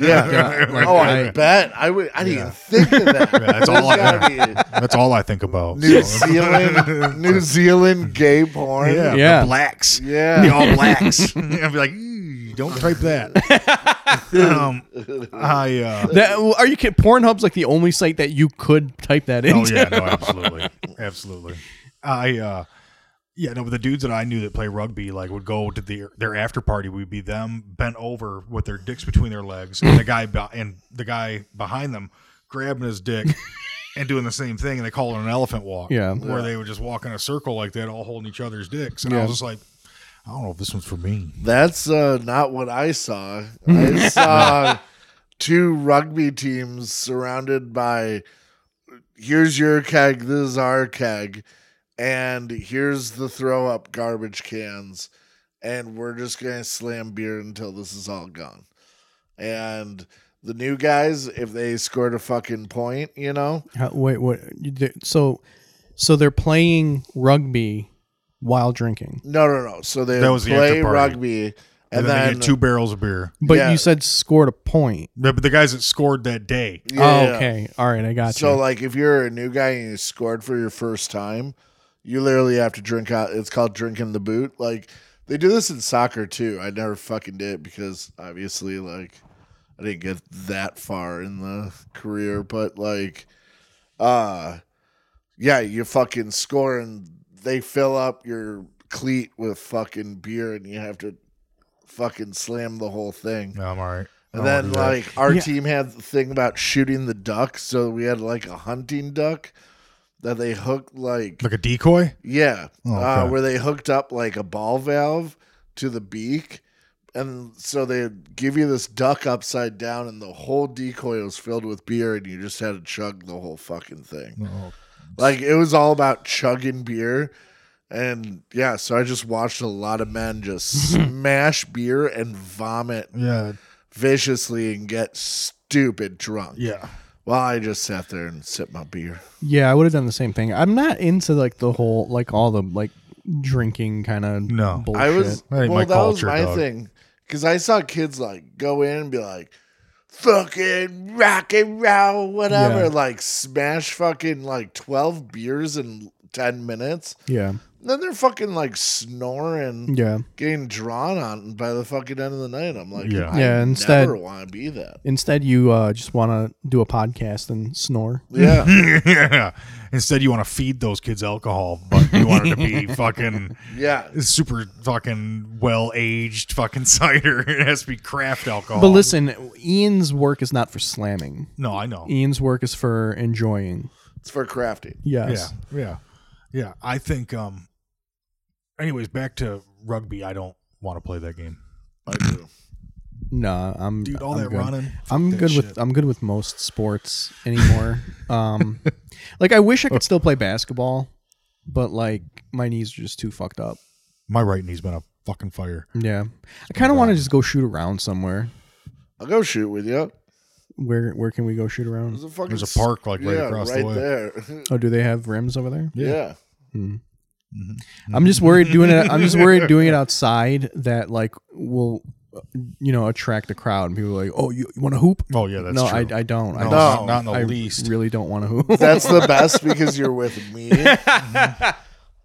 [SPEAKER 2] Yeah.
[SPEAKER 4] like,
[SPEAKER 2] oh, I,
[SPEAKER 4] I-
[SPEAKER 2] bet. I would. I didn't even think of that.
[SPEAKER 3] that's all I-
[SPEAKER 2] There's gotta be
[SPEAKER 3] That's all I think about.
[SPEAKER 2] New
[SPEAKER 3] so.
[SPEAKER 2] Zealand, New Zealand gay porn.
[SPEAKER 3] Yeah,
[SPEAKER 4] Yeah.
[SPEAKER 3] The blacks.
[SPEAKER 2] Yeah.
[SPEAKER 3] The all blacks. I'd be like, "Ew, don't type that. um, I. Uh,
[SPEAKER 4] That, well, are you kidding? Pornhub's like the only site that you could type that
[SPEAKER 3] oh
[SPEAKER 4] into.
[SPEAKER 3] yeah, no, absolutely, absolutely. I. Uh, yeah, no, but the dudes that I knew that play rugby like would go to the their after party. Would be them bent over with their dicks between their legs, and the guy be- and the guy behind them grabbing his dick. And doing the same thing, and they call it an elephant walk.
[SPEAKER 4] Yeah.
[SPEAKER 3] where they would just walk in a circle like that, all holding each other's dicks. And I
[SPEAKER 4] Yeah.
[SPEAKER 3] was just like, I don't know if this one's for me.
[SPEAKER 2] That's uh, not what I saw. I saw two rugby teams surrounded by here's your keg, this is our keg, and here's the throw up garbage cans, and we're just going to slam beer until this is all gone. And the new guys, if they scored a fucking point, you know,
[SPEAKER 4] How, wait, what? you did- So, so they're playing rugby while drinking,
[SPEAKER 2] no, no, no. So they
[SPEAKER 3] That was the after
[SPEAKER 2] play
[SPEAKER 3] party.
[SPEAKER 2] rugby.
[SPEAKER 3] and, then, they get two barrels of beer.
[SPEAKER 4] but
[SPEAKER 2] Yeah.
[SPEAKER 4] you said scored a point.
[SPEAKER 3] The, but the guys that scored that day,
[SPEAKER 4] oh,
[SPEAKER 2] Yeah.
[SPEAKER 4] okay, all right, I got
[SPEAKER 2] So
[SPEAKER 4] you.
[SPEAKER 2] like if you're a new guy and you scored for your first time, you literally have to drink out it's called drinking the boot. Like they do this in soccer too. I never fucking did it because obviously like I didn't get that far in the career, but like uh yeah, you fucking score and they fill up your cleat with fucking beer and you have to fucking slam the whole thing.
[SPEAKER 3] no, I'm all right. I
[SPEAKER 2] And
[SPEAKER 3] don't
[SPEAKER 2] then
[SPEAKER 3] wanna do that.
[SPEAKER 2] like our
[SPEAKER 4] Yeah.
[SPEAKER 2] team had the thing about shooting the duck, so we had like a hunting duck that they hooked like
[SPEAKER 3] like a decoy.
[SPEAKER 2] yeah,
[SPEAKER 3] Oh,
[SPEAKER 2] uh,
[SPEAKER 3] okay.
[SPEAKER 2] where they hooked up like a ball valve to the beak, and so they give you this duck upside down, and the whole decoy was filled with beer, and you just had to chug the whole fucking thing.
[SPEAKER 3] Oh,
[SPEAKER 2] Like it was all about chugging beer. And yeah, so I just watched a lot of men just smash beer and vomit
[SPEAKER 3] yeah,
[SPEAKER 2] viciously and get stupid drunk.
[SPEAKER 3] yeah.
[SPEAKER 2] Well, I just sat there and sipped my beer.
[SPEAKER 4] yeah, I would have done the same thing. I'm not into like the whole like all the like drinking kind of
[SPEAKER 3] No.
[SPEAKER 4] bullshit.
[SPEAKER 2] I was
[SPEAKER 3] That ain't
[SPEAKER 2] well,
[SPEAKER 3] my
[SPEAKER 2] that was
[SPEAKER 3] culture,
[SPEAKER 2] my
[SPEAKER 3] dog.
[SPEAKER 2] thing because I saw kids like go in and be like, "Fucking rock and roll, whatever,"
[SPEAKER 4] Yeah.
[SPEAKER 2] like smash fucking like twelve beers in ten minutes.
[SPEAKER 4] yeah,
[SPEAKER 2] Then they're fucking like snoring,
[SPEAKER 4] yeah.
[SPEAKER 2] getting drawn on by the fucking end of the night. I'm like,
[SPEAKER 3] Yeah.
[SPEAKER 2] I
[SPEAKER 4] Yeah, instead-
[SPEAKER 2] never want to be that.
[SPEAKER 4] Instead, you uh, just want to do a podcast and snore.
[SPEAKER 2] Yeah,
[SPEAKER 3] yeah. Instead, you want to feed those kids alcohol, but you want it to be fucking
[SPEAKER 2] yeah.
[SPEAKER 3] super fucking well aged fucking cider. It has to be craft alcohol.
[SPEAKER 4] But listen, Ian's work is not for slamming.
[SPEAKER 3] no, I know.
[SPEAKER 4] Ian's work is for enjoying.
[SPEAKER 2] It's for crafting.
[SPEAKER 4] Yes.
[SPEAKER 3] Yeah, yeah, yeah. I think. um Anyways, back to rugby. I don't want to play that game,
[SPEAKER 2] I do.
[SPEAKER 4] No, I'm
[SPEAKER 3] dude. All
[SPEAKER 4] I'm
[SPEAKER 3] that
[SPEAKER 4] good.
[SPEAKER 3] running.
[SPEAKER 4] I'm
[SPEAKER 3] that
[SPEAKER 4] good
[SPEAKER 3] shit.
[SPEAKER 4] with I'm good with most sports anymore. um like I wish I could still play basketball, but like my knees are just too fucked up.
[SPEAKER 3] My right knee's been a fucking fire.
[SPEAKER 4] Yeah. I kind of want to just go shoot around somewhere.
[SPEAKER 2] I'll go shoot with you.
[SPEAKER 4] Where where can we go shoot around?
[SPEAKER 2] There's a fucking
[SPEAKER 3] There's a park like right
[SPEAKER 2] yeah,
[SPEAKER 3] across
[SPEAKER 2] right
[SPEAKER 3] the way.
[SPEAKER 2] there.
[SPEAKER 4] Oh, do they have rims over there?
[SPEAKER 2] yeah.
[SPEAKER 4] I'm just worried doing it. I'm just worried doing it outside that like will, you know, attract the crowd and people are like, oh, you, you want to hoop?
[SPEAKER 3] Oh yeah, that's
[SPEAKER 4] no,
[SPEAKER 3] true.
[SPEAKER 4] I, I don't. I
[SPEAKER 3] No,
[SPEAKER 4] just-
[SPEAKER 3] not- not in the
[SPEAKER 4] I
[SPEAKER 3] least.
[SPEAKER 4] Really don't want to hoop.
[SPEAKER 2] That's the best because you're with me.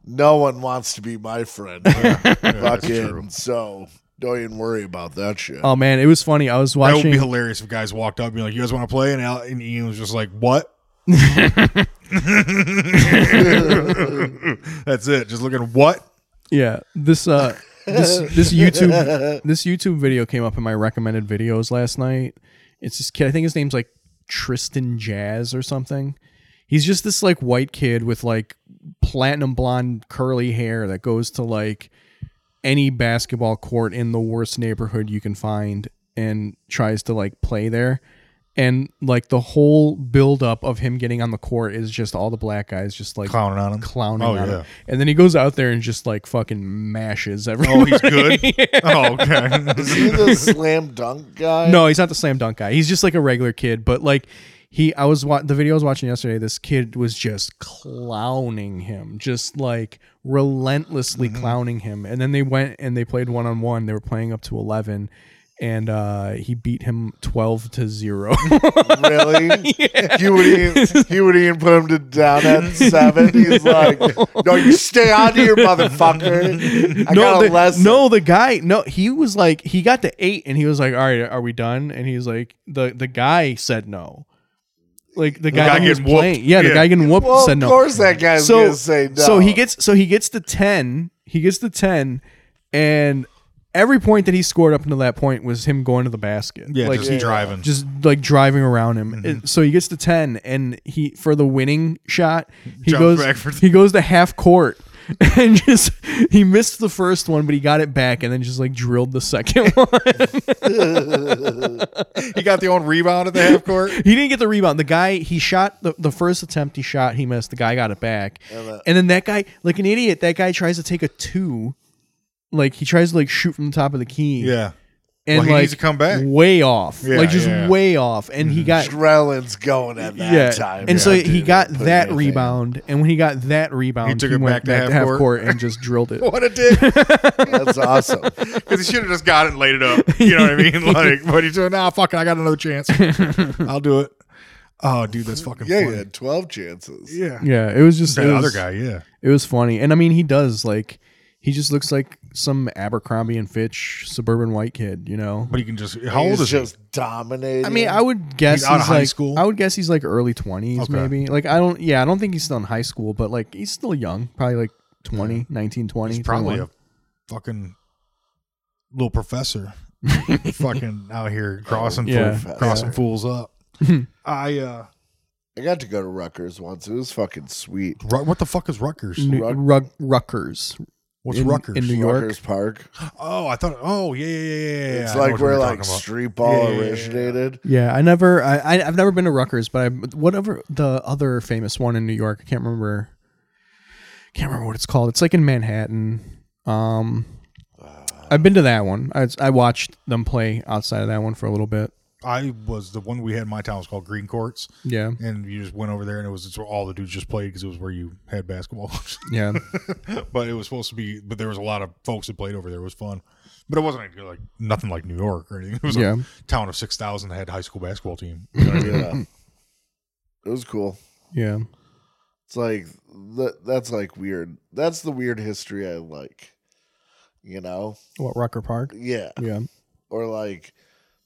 [SPEAKER 2] no one wants to be my friend. Fucking so don't even worry about that shit.
[SPEAKER 4] oh man, it was funny. I was
[SPEAKER 3] That would be
[SPEAKER 4] watching.
[SPEAKER 3] hilarious if guys walked up and be like, "You guys want to play?" And Al- and Ian was just like, "What?" That's it. Just looking what?
[SPEAKER 4] Yeah, this uh, this this YouTube this YouTube video came up in my recommended videos last night. It's this kid. I think his name's like Tristan Jazz or something. He's just this like white kid with like platinum blonde curly hair that goes to like any basketball court in the worst neighborhood you can find and tries to like play there and like the whole buildup of him getting on the court is just all the black guys just like
[SPEAKER 3] clowning on him.
[SPEAKER 4] clowning
[SPEAKER 3] Oh,
[SPEAKER 4] on
[SPEAKER 3] yeah.
[SPEAKER 4] him. And then he goes out there and just like fucking mashes
[SPEAKER 3] Oh,
[SPEAKER 4] everyone.
[SPEAKER 3] he's good. Oh, okay.
[SPEAKER 2] Is he the slam dunk guy?
[SPEAKER 4] no, he's not the slam dunk guy. He's just like a regular kid, but like he I was wa- the video I was watching yesterday, this kid was just clowning him, just like relentlessly
[SPEAKER 3] Mm-hmm.
[SPEAKER 4] clowning him. And then they went and they played one on one. They were playing up to 11 and uh he beat him 12 to 0.
[SPEAKER 2] really. You would even you would even put him to down at seven. He's like, no, you stay on here, motherfucker. I got a
[SPEAKER 4] the,
[SPEAKER 2] lesson.
[SPEAKER 4] no, the guy, no, he was like, he got to eight, and he was like, "All right, are we done?" And he was like, "the The guy said no." Like the, guy,
[SPEAKER 3] guy
[SPEAKER 4] that was
[SPEAKER 3] getting whooped.
[SPEAKER 4] playing, yeah, the
[SPEAKER 3] Yeah.
[SPEAKER 4] guy getting whooped
[SPEAKER 2] Well,
[SPEAKER 4] said
[SPEAKER 2] of
[SPEAKER 4] no.
[SPEAKER 2] course that guy's
[SPEAKER 4] so
[SPEAKER 2] gonna say no.
[SPEAKER 4] so he gets so he gets the ten, he gets the ten, and every point that he scored up until that point was him going to the basket,
[SPEAKER 3] Yeah,
[SPEAKER 4] like
[SPEAKER 3] just
[SPEAKER 2] Yeah.
[SPEAKER 3] driving.
[SPEAKER 4] just like driving around him.
[SPEAKER 3] Mm-hmm.
[SPEAKER 4] And so he gets to ten, and he for the winning shot, he
[SPEAKER 3] Jump
[SPEAKER 4] goes
[SPEAKER 3] back for-
[SPEAKER 4] he goes to half court. And just he missed the first one, but he got it back, and then just like drilled the second one.
[SPEAKER 3] he got the own rebound at the half court.
[SPEAKER 4] he didn't get the rebound. The guy he shot the, the first attempt he shot, he missed. The guy got it back, and then that guy, like an idiot, that guy tries to take a two, like he tries to like shoot from the top of the key,
[SPEAKER 3] Yeah.
[SPEAKER 4] and
[SPEAKER 3] Well, he
[SPEAKER 4] like
[SPEAKER 3] needs to come back.
[SPEAKER 4] way off,
[SPEAKER 3] Yeah,
[SPEAKER 4] like just
[SPEAKER 3] yeah. Mm-hmm.
[SPEAKER 4] way off, and he got
[SPEAKER 2] Grellin's going at that
[SPEAKER 4] yeah.
[SPEAKER 2] time.
[SPEAKER 4] And so
[SPEAKER 2] Yeah,
[SPEAKER 4] he
[SPEAKER 2] dude,
[SPEAKER 4] got
[SPEAKER 2] put
[SPEAKER 4] that
[SPEAKER 2] anything.
[SPEAKER 4] rebound, and when he got that rebound, he
[SPEAKER 3] He took it
[SPEAKER 4] went
[SPEAKER 3] back to half court.
[SPEAKER 4] and just drilled it.
[SPEAKER 3] What a dick.
[SPEAKER 2] That's awesome.
[SPEAKER 3] Because he should have just got it and laid it up. You know what I mean? Like, but he's doing, nah, fuck it. I got another chance. I'll do it. Oh, dude, that's fucking
[SPEAKER 2] Yeah, he
[SPEAKER 3] funny.
[SPEAKER 2] had twelve chances.
[SPEAKER 3] Yeah.
[SPEAKER 4] Yeah, it was just
[SPEAKER 3] That
[SPEAKER 4] it was,
[SPEAKER 3] other guy, yeah.
[SPEAKER 4] It was funny, and I mean, he does like he just looks like some Abercrombie and Fitch suburban white kid, you know.
[SPEAKER 3] But he can just, how
[SPEAKER 2] He's
[SPEAKER 3] old is he?
[SPEAKER 2] just dominating.
[SPEAKER 4] I mean, I would guess
[SPEAKER 3] He's
[SPEAKER 4] he's,
[SPEAKER 3] out of high
[SPEAKER 4] like,
[SPEAKER 3] school?
[SPEAKER 4] I would guess he's like early twenties,
[SPEAKER 3] Okay.
[SPEAKER 4] maybe. Like I don't, yeah, I don't think he's still in high school, but like he's still young, probably like 20, 19, 20.
[SPEAKER 3] He's probably
[SPEAKER 4] 21.
[SPEAKER 3] a fucking little professor, fucking out here crossing
[SPEAKER 4] Oh, Yeah.
[SPEAKER 3] fool- crossing fools up. I uh,
[SPEAKER 2] I got to go to Rutgers once. It was fucking sweet.
[SPEAKER 3] Ru- what the fuck is Rutgers?
[SPEAKER 4] New,
[SPEAKER 2] Ruck-
[SPEAKER 4] Ruck, Ruckers.
[SPEAKER 3] What's
[SPEAKER 4] in-
[SPEAKER 3] Rutgers?
[SPEAKER 4] in New York?
[SPEAKER 2] Rutgers Park.
[SPEAKER 3] oh, I thought. Oh, yeah, yeah, yeah, yeah.
[SPEAKER 2] it's
[SPEAKER 3] I know
[SPEAKER 2] like
[SPEAKER 3] what you're
[SPEAKER 2] where like
[SPEAKER 3] talking about.
[SPEAKER 2] street ball
[SPEAKER 3] Yeah, yeah, yeah, yeah.
[SPEAKER 2] originated.
[SPEAKER 4] Yeah, I never, I, I, I've never been to Rutgers, but I, whatever the other famous one in New York, I can't remember, can't remember what it's called. It's like in Manhattan. Um, I've been to that one. I, I watched them play outside of that one for a little bit.
[SPEAKER 3] I was the one we had in my town was called Green Courts,
[SPEAKER 4] Yeah,
[SPEAKER 3] and you just went over there, and it was it's where all the dudes just played because it was where you had basketball.
[SPEAKER 4] yeah.
[SPEAKER 3] but it was supposed to be, but there was a lot of folks that played over there. It was fun, but it wasn't like, like nothing like New York or anything. It was
[SPEAKER 4] Yeah.
[SPEAKER 3] a town of six thousand that had high school basketball team.
[SPEAKER 2] Yeah. It was cool.
[SPEAKER 4] yeah.
[SPEAKER 2] It's like that, that's like weird. That's the weird history I like. You know?
[SPEAKER 4] What Rucker Park?
[SPEAKER 2] Yeah.
[SPEAKER 4] Yeah.
[SPEAKER 2] Or like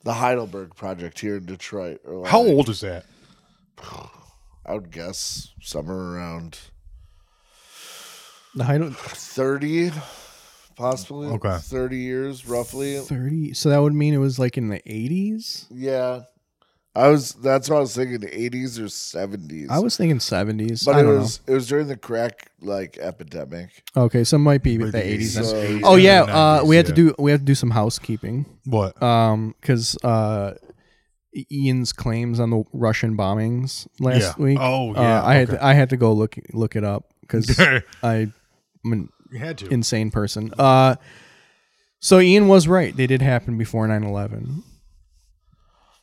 [SPEAKER 2] the Heidelberg project here in Detroit. Or like,
[SPEAKER 3] How old is that?
[SPEAKER 2] I would guess somewhere around
[SPEAKER 4] The Heidel-
[SPEAKER 2] thirty, possibly.
[SPEAKER 3] Okay.
[SPEAKER 2] Thirty years roughly.
[SPEAKER 4] 30 so that would mean it was like in the 80s
[SPEAKER 2] Yeah. I was that's what I was thinking, eighties or seventies.
[SPEAKER 4] i was thinking 70s
[SPEAKER 2] but
[SPEAKER 4] i
[SPEAKER 2] it
[SPEAKER 4] don't
[SPEAKER 2] was it was during the crack like epidemic.
[SPEAKER 4] know okay so it might be the
[SPEAKER 3] Like the
[SPEAKER 4] 80s then.
[SPEAKER 2] So-
[SPEAKER 3] Yeah,
[SPEAKER 4] oh yeah
[SPEAKER 3] the
[SPEAKER 4] uh, we had to
[SPEAKER 3] 90s,
[SPEAKER 4] do we had to do some housekeeping
[SPEAKER 3] What?
[SPEAKER 4] um because uh ian's claims on the russian bombings last
[SPEAKER 3] Yeah.
[SPEAKER 4] week
[SPEAKER 3] Oh,
[SPEAKER 4] uh,
[SPEAKER 3] yeah,
[SPEAKER 4] i had
[SPEAKER 3] okay.
[SPEAKER 4] to, i had to go look look it up because i'm an
[SPEAKER 3] you had to.
[SPEAKER 4] insane person uh so ian was right they did happen before 9-11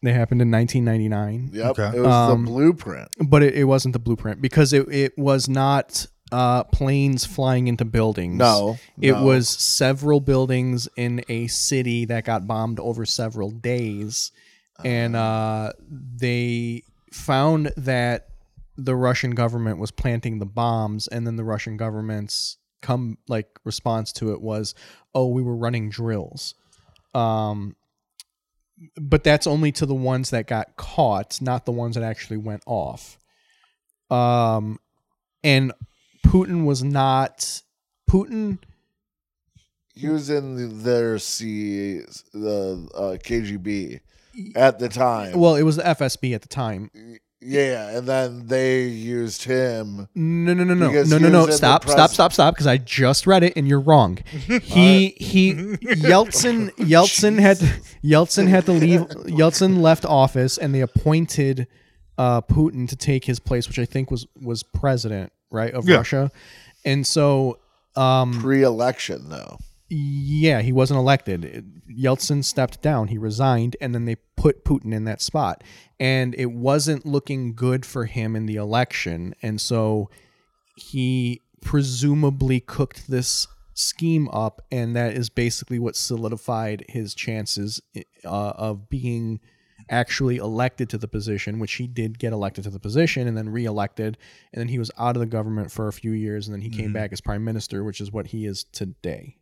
[SPEAKER 4] they happened in 1999
[SPEAKER 2] Yep.
[SPEAKER 3] Okay.
[SPEAKER 2] It was
[SPEAKER 4] Um,
[SPEAKER 2] the blueprint.
[SPEAKER 4] but it, it wasn't the blueprint because it, it was not uh, planes flying into buildings.
[SPEAKER 2] No,
[SPEAKER 4] It
[SPEAKER 2] no.
[SPEAKER 4] was several buildings in a city that got bombed over several days. And uh, they found that the Russian government was planting the bombs, and then the Russian government's come like response to it was, "Oh, we were running drills." Um, but that's only to the ones that got caught, not the ones that actually went off. Um, and Putin was not Putin.
[SPEAKER 2] He was in their C, the uh, KGB at the time.
[SPEAKER 4] Well, it was the FSB at the time.
[SPEAKER 2] Yeah, and then they used him.
[SPEAKER 4] No, no, no, no,
[SPEAKER 2] Because
[SPEAKER 4] no,
[SPEAKER 2] he
[SPEAKER 4] no,
[SPEAKER 2] was in
[SPEAKER 4] no.
[SPEAKER 2] the
[SPEAKER 4] Stop,
[SPEAKER 2] press-
[SPEAKER 4] stop, stop, stop. Because I just read it, and you're wrong. He, he, Yeltsin, Yeltsin had, Yeltsin had to leave. Yeltsin left office, and they appointed uh, Putin to take his place, which I think was was president, right, of
[SPEAKER 3] Yeah.
[SPEAKER 4] Russia. And so, um,
[SPEAKER 2] Pre-election though.
[SPEAKER 4] yeah, he wasn't elected. Yeltsin stepped down, he resigned, and then they put Putin in that spot. And it wasn't looking good for him in the election. And so he presumably cooked this scheme up, and that is basically what solidified his chances uh, of being actually elected to the position, which he did get elected to the position and then reelected. And then he was out of the government for a few years, and then he came back as prime minister, which is what he is today.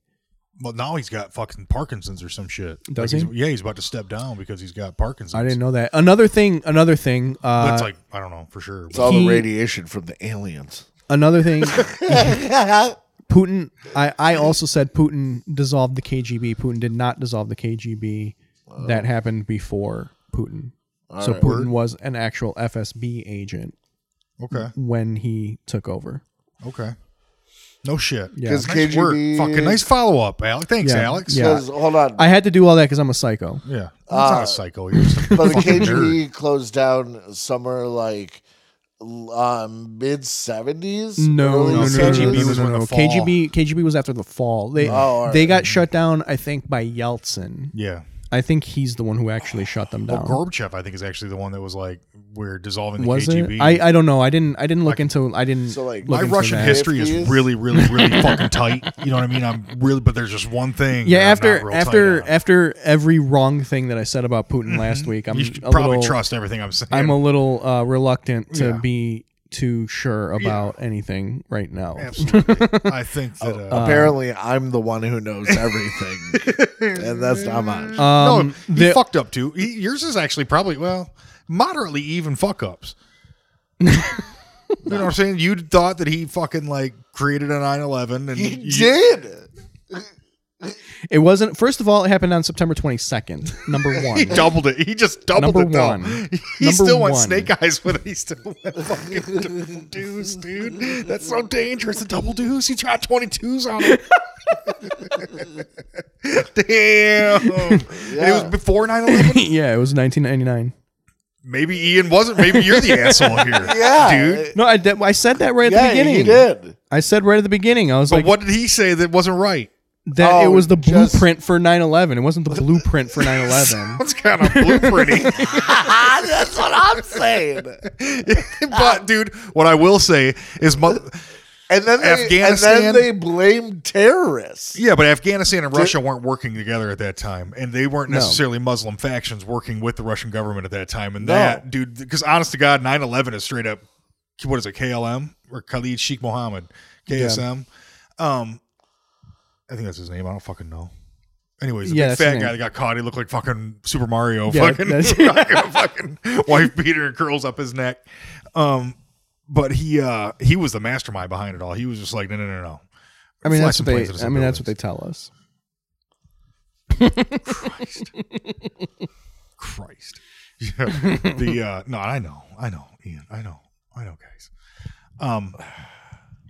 [SPEAKER 3] Well, now he's got fucking Parkinson's or some shit.
[SPEAKER 4] Does
[SPEAKER 3] Like,
[SPEAKER 4] he?
[SPEAKER 3] he's- yeah, he's about to step down because he's got Parkinson's.
[SPEAKER 4] I didn't know that. Another thing, another thing, uh,
[SPEAKER 3] That's like I don't know for sure.
[SPEAKER 2] It's all
[SPEAKER 4] He-
[SPEAKER 2] the radiation from the aliens.
[SPEAKER 4] another thing. Putin. I, I also said Putin dissolved the KGB. Putin did not dissolve the KGB. that happened before Putin. so
[SPEAKER 2] right.
[SPEAKER 4] Putin was an actual FSB agent
[SPEAKER 3] Okay.
[SPEAKER 4] when he took over.
[SPEAKER 3] Okay. No shit.
[SPEAKER 4] Yeah.
[SPEAKER 2] Because
[SPEAKER 3] Nice work.
[SPEAKER 2] KGB.
[SPEAKER 3] Fucking nice follow up, Alex. Thanks,
[SPEAKER 4] Yeah.
[SPEAKER 3] Alex.
[SPEAKER 4] Yeah.
[SPEAKER 2] 'cause- hold on.
[SPEAKER 4] I had to do all that because I'm a psycho.
[SPEAKER 3] Yeah. It's not a psycho. You're just a
[SPEAKER 2] Uh, but the
[SPEAKER 3] fucking
[SPEAKER 2] KGB closed down somewhere like l- um, mid seventies.
[SPEAKER 4] No, no, no, no,
[SPEAKER 3] KGB
[SPEAKER 4] no, no,
[SPEAKER 3] was
[SPEAKER 4] no,
[SPEAKER 3] when
[SPEAKER 4] no.
[SPEAKER 3] the fall- Oh,
[SPEAKER 4] KGB, KGB was after the fall. They
[SPEAKER 2] all right.
[SPEAKER 4] they got shut down, I think, by Yeltsin.
[SPEAKER 3] Yeah.
[SPEAKER 4] I think he's the one who actually shut them down.
[SPEAKER 3] Oh, Gorbachev, I think, is actually the one that was like, we're dissolving the
[SPEAKER 4] was
[SPEAKER 3] KGB.
[SPEAKER 4] it? I, I don't know. I didn't I didn't look into I didn't
[SPEAKER 2] So, like,
[SPEAKER 4] look
[SPEAKER 3] my
[SPEAKER 4] into
[SPEAKER 3] Russian
[SPEAKER 4] that.
[SPEAKER 3] history is
[SPEAKER 2] 50s?
[SPEAKER 3] really, really, really fucking tight. You know what I mean? I'm really, but there's just one thing.
[SPEAKER 4] Yeah,
[SPEAKER 3] that I'm not
[SPEAKER 4] after
[SPEAKER 3] real tight
[SPEAKER 4] after
[SPEAKER 3] on. Mm-hmm.
[SPEAKER 4] after every wrong thing that I said about Putin last week, I'm
[SPEAKER 3] you should
[SPEAKER 4] a
[SPEAKER 3] probably
[SPEAKER 4] little,
[SPEAKER 3] trust everything I'm saying.
[SPEAKER 4] I'm a little uh, reluctant to
[SPEAKER 3] Yeah.
[SPEAKER 4] be too sure about anything right now.
[SPEAKER 3] Absolutely. I think that. Uh,
[SPEAKER 2] Apparently, I'm the one who knows everything, and that's not much.
[SPEAKER 4] Um,
[SPEAKER 3] no, he
[SPEAKER 4] the-
[SPEAKER 3] fucked up too. He, yours is actually probably well, moderately even fuck ups. you know what I'm saying? You thought that he fucking like created a 9/11, and
[SPEAKER 2] he
[SPEAKER 3] you-
[SPEAKER 2] did.
[SPEAKER 4] it wasn't. First of all, it happened on September 22nd. Number
[SPEAKER 3] He
[SPEAKER 4] one.
[SPEAKER 3] doubled it. He just doubled
[SPEAKER 4] Number
[SPEAKER 3] it. though.
[SPEAKER 4] one.
[SPEAKER 3] He
[SPEAKER 4] Number
[SPEAKER 3] still went
[SPEAKER 4] one.
[SPEAKER 3] snake eyes with it. He still went fucking double deuce, dude. That's so dangerous. A double deuce. He tried 22s on it. Damn. And it was before 9 11.
[SPEAKER 4] yeah, it was 1999.
[SPEAKER 3] Maybe Ian wasn't. Maybe you're the asshole here.
[SPEAKER 2] Yeah,
[SPEAKER 3] Dude.
[SPEAKER 4] No, I, did- I said that right at
[SPEAKER 2] yeah,
[SPEAKER 4] the beginning.
[SPEAKER 2] he did.
[SPEAKER 4] I said right at the beginning. I was
[SPEAKER 3] But
[SPEAKER 4] like,
[SPEAKER 3] what did he say that wasn't right?
[SPEAKER 4] that it
[SPEAKER 2] Oh,
[SPEAKER 4] was the
[SPEAKER 2] just-
[SPEAKER 4] blueprint for 9/11. It wasn't the blueprint for 9/11.
[SPEAKER 3] That's kind of blueprinty.
[SPEAKER 2] that's what I'm saying.
[SPEAKER 3] but, dude, what I will say is, mo-
[SPEAKER 2] And then they,
[SPEAKER 3] Afghanistan?
[SPEAKER 2] and then they blamed terrorists.
[SPEAKER 3] Yeah, but Afghanistan and Russia weren't working together at that time, and they weren't
[SPEAKER 4] No.
[SPEAKER 3] necessarily Muslim factions working with the Russian government at that time. And
[SPEAKER 2] No.
[SPEAKER 3] that, dude, because honest to God, 9 11 is straight up, what is it, KLM or Khalid Sheikh Mohammed, KSM. Um, I think that's his name. I don't fucking know. Anyways, the
[SPEAKER 4] Yeah,
[SPEAKER 3] big
[SPEAKER 4] that's
[SPEAKER 3] fat
[SPEAKER 4] his
[SPEAKER 3] guy that
[SPEAKER 4] name.
[SPEAKER 3] got caught, he looked like fucking Super Mario,
[SPEAKER 4] Yeah,
[SPEAKER 3] fucking,
[SPEAKER 4] that's-
[SPEAKER 3] fucking, fucking wife beater and curls up his neck. Um, but he uh he was the mastermind behind it all. He was just like, no, no, no, no.
[SPEAKER 4] I mean,
[SPEAKER 3] Fly
[SPEAKER 4] that's
[SPEAKER 3] some
[SPEAKER 4] what they.
[SPEAKER 3] planes into
[SPEAKER 4] I
[SPEAKER 3] some
[SPEAKER 4] mean, that's what they
[SPEAKER 3] buildings.
[SPEAKER 4] tell us.
[SPEAKER 3] Christ. Yeah. the uh no, I know, I know, Ian, I know, I know, guys. Um,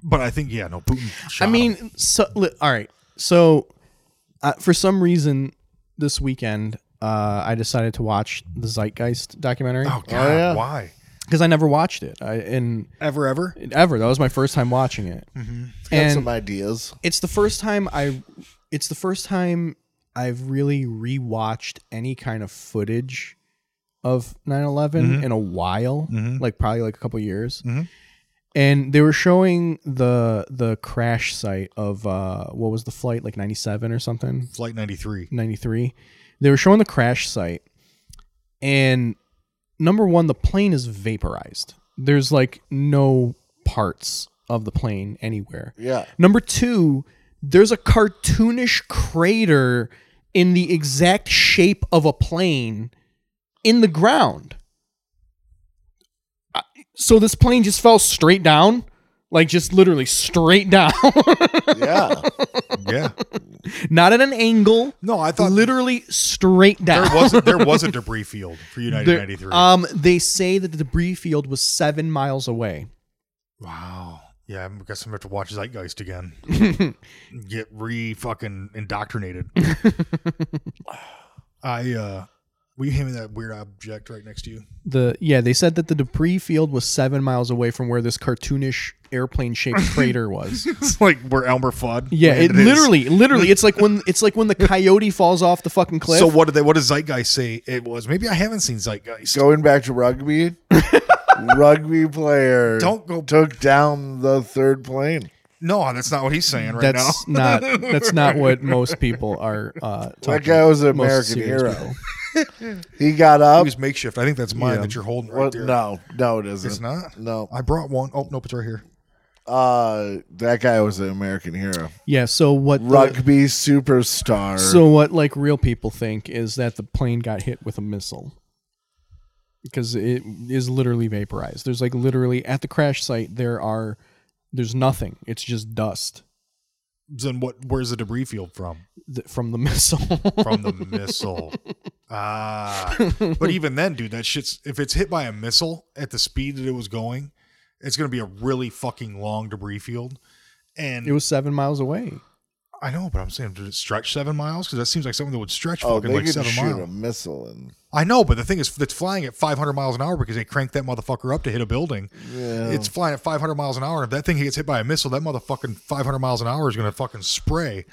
[SPEAKER 3] but I think yeah, no, Putin. shot
[SPEAKER 4] I
[SPEAKER 3] him.
[SPEAKER 4] mean, so li- all right. So, uh, for some reason, this weekend, uh, I decided to watch the Zeitgeist documentary
[SPEAKER 3] oh god,
[SPEAKER 2] yeah.
[SPEAKER 3] why
[SPEAKER 4] because I never watched it. I and
[SPEAKER 3] ever ever?
[SPEAKER 4] ever that was my first time watching it,
[SPEAKER 3] Mm-hmm.
[SPEAKER 2] Got
[SPEAKER 4] and
[SPEAKER 2] some ideas.
[SPEAKER 4] it's the first time I, it's the first time I've really rewatched any kind of footage of 9/11 in a while, like probably like a couple years. And they were showing the the crash site of uh, what was the flight like 97 or something,
[SPEAKER 3] Flight ninety three.
[SPEAKER 4] 93. They were showing the crash site, and number one, the plane is vaporized. There's like no parts of the plane anywhere.
[SPEAKER 2] Yeah.
[SPEAKER 4] Number two, there's a cartoonish crater in the exact shape of a plane in the ground. I- So this plane just fell straight down Like just literally straight down,
[SPEAKER 2] Yeah.
[SPEAKER 3] Yeah.
[SPEAKER 4] not at an angle.
[SPEAKER 3] No, I thought
[SPEAKER 4] literally straight down.
[SPEAKER 3] there was there was a debris field for United
[SPEAKER 4] There-
[SPEAKER 3] ninety three.
[SPEAKER 4] um, they say that the debris field was seven miles away.
[SPEAKER 3] wow. Yeah, I guess I'm gonna have to watch Zeitgeist again. Get re fucking indoctrinated. I uh will you hand me that weird object right next to you?
[SPEAKER 4] The yeah, they said that the debris field was seven miles away from where this cartoonish airplane-shaped crater was.
[SPEAKER 3] It's like where Elmer Fudd.
[SPEAKER 4] Yeah, it
[SPEAKER 3] landed his-
[SPEAKER 4] literally, literally, it's like when it's like when the coyote falls off the fucking cliff.
[SPEAKER 3] So what did they what does Zeitgeist say it was? Maybe I haven't seen Zeitgeist.
[SPEAKER 2] Going back to rugby, rugby player
[SPEAKER 3] Don't go-
[SPEAKER 2] took down the third plane.
[SPEAKER 3] No, that's not what he's saying right
[SPEAKER 4] that's
[SPEAKER 3] now.
[SPEAKER 4] not that's not what most people are. Uh,
[SPEAKER 2] That
[SPEAKER 4] talking
[SPEAKER 2] guy was an American
[SPEAKER 4] most serious
[SPEAKER 2] hero.
[SPEAKER 4] people.
[SPEAKER 2] He got
[SPEAKER 3] It
[SPEAKER 2] up.
[SPEAKER 3] was makeshift. I think that's mine that you're holding right
[SPEAKER 2] What?
[SPEAKER 3] there.
[SPEAKER 2] No, no, it isn't.
[SPEAKER 3] It's not?
[SPEAKER 2] No.
[SPEAKER 3] I brought one. Oh nope, it's right here.
[SPEAKER 2] Uh, that guy was an American hero.
[SPEAKER 4] Yeah. So what? the-
[SPEAKER 2] Rugby superstar.
[SPEAKER 4] so what? Like real people think is that the plane got hit with a missile because it is literally vaporized. There's like literally at the crash site there are there's nothing. It's just dust
[SPEAKER 3] Then what where's the debris field from?
[SPEAKER 4] th- from the missile.
[SPEAKER 3] from the missile. Ah, but even then, dude, that shit's if it's hit by a missile at the speed that it was going, it's gonna be a really fucking long debris field. And
[SPEAKER 4] it was seven miles away.
[SPEAKER 3] I know, but I'm saying, did it stretch seven miles? Because that seems like something that would stretch
[SPEAKER 2] oh,
[SPEAKER 3] fucking
[SPEAKER 2] they
[SPEAKER 3] like
[SPEAKER 2] could
[SPEAKER 3] seven
[SPEAKER 2] shoot a
[SPEAKER 3] miles.
[SPEAKER 2] missile and
[SPEAKER 3] I know, but the thing is, it's flying at 500 miles an hour because they cranked that motherfucker up to hit a building.
[SPEAKER 2] Yeah.
[SPEAKER 3] It's flying at 500 miles an hour. If that thing gets hit by a missile, that motherfucking 500 miles an hour is gonna fucking spray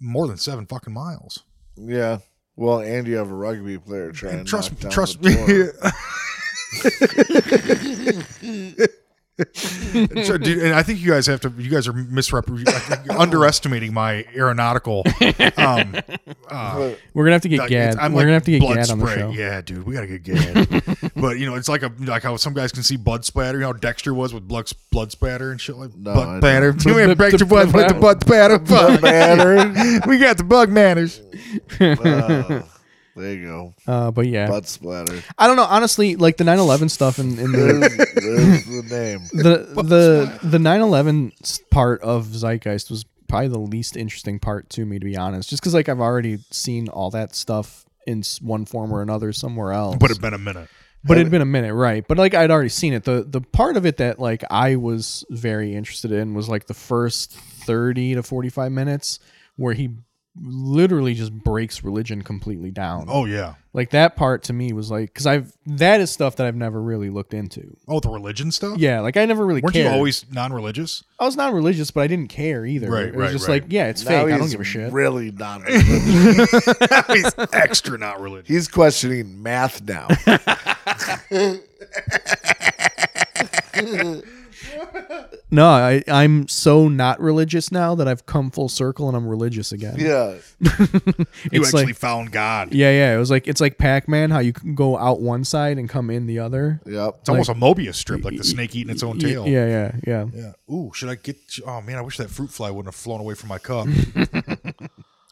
[SPEAKER 3] more than seven fucking miles.
[SPEAKER 2] yeah. Well, and you have a rugby player trying. to
[SPEAKER 3] trust
[SPEAKER 2] knock down
[SPEAKER 3] trust
[SPEAKER 2] the
[SPEAKER 3] me
[SPEAKER 2] door.
[SPEAKER 3] So, dude, and I think you guys have to. You guys are misrepresenting, underestimating my aeronautical. Um, uh,
[SPEAKER 4] We're gonna have to get
[SPEAKER 3] like,
[SPEAKER 4] Gad.
[SPEAKER 3] it's-
[SPEAKER 4] We're gonna have to get Gad on the show.
[SPEAKER 3] Yeah, dude, we gotta get Gad. but you know, it's like a like how some guys can see blood splatter. You know, how Dexter was with blood blood splatter and shit like
[SPEAKER 2] No, I
[SPEAKER 3] blood
[SPEAKER 2] don't.
[SPEAKER 3] splatter. You mean
[SPEAKER 4] The-
[SPEAKER 3] Dexter
[SPEAKER 4] the-
[SPEAKER 3] was with the
[SPEAKER 4] the-
[SPEAKER 3] blood splatter?
[SPEAKER 2] The banner.
[SPEAKER 3] we got the bug manners.
[SPEAKER 2] Oh, there you go.
[SPEAKER 4] Uh, but yeah,
[SPEAKER 2] Butt splatter.
[SPEAKER 4] I don't know. Honestly, like the 9/11 stuff and, and
[SPEAKER 2] There's,
[SPEAKER 4] the
[SPEAKER 2] there's the name.
[SPEAKER 4] the the the 9/11 s- part of Zeitgeist was probably the least interesting part to me, to be honest. Just because like I've already seen all that stuff in s- one form or another somewhere else.
[SPEAKER 3] But it'd been a minute.
[SPEAKER 4] But it'd been a minute, right? But like I'd already seen it. The the part of it that like I was very interested in was like the first thirty to forty five minutes where he literally just breaks religion completely down.
[SPEAKER 3] Oh yeah.
[SPEAKER 4] Like that part to me was like because I've that is stuff that I've never really looked into.
[SPEAKER 3] Oh, the religion stuff.
[SPEAKER 4] Yeah, like I never really
[SPEAKER 3] Weren't
[SPEAKER 4] cared.
[SPEAKER 3] you always non-religious?
[SPEAKER 4] I was not religious, but I didn't care either.
[SPEAKER 3] Right,
[SPEAKER 4] it was
[SPEAKER 3] right,
[SPEAKER 4] just
[SPEAKER 3] right.
[SPEAKER 4] like yeah, it's
[SPEAKER 2] Now
[SPEAKER 4] fake. I don't
[SPEAKER 2] he's
[SPEAKER 4] give a shit.
[SPEAKER 2] Really not. religious.
[SPEAKER 3] He's extra not religious.
[SPEAKER 2] He's questioning math now.
[SPEAKER 4] no, I I'm so not religious now that I've come full circle and I'm religious again.
[SPEAKER 2] yeah.
[SPEAKER 3] You
[SPEAKER 4] It's
[SPEAKER 3] actually
[SPEAKER 4] like-
[SPEAKER 3] found God.
[SPEAKER 4] Yeah, yeah. It was like it's like Pac-Man, how you can go out one side and come in the other.
[SPEAKER 2] Yep.
[SPEAKER 3] It's almost a Mobius strip, like the snake eating its own
[SPEAKER 4] Y-
[SPEAKER 3] tail.
[SPEAKER 4] Yeah, yeah, yeah.
[SPEAKER 3] Yeah. Ooh, should I get? Oh man, I wish that fruit fly wouldn't have flown away from my cup.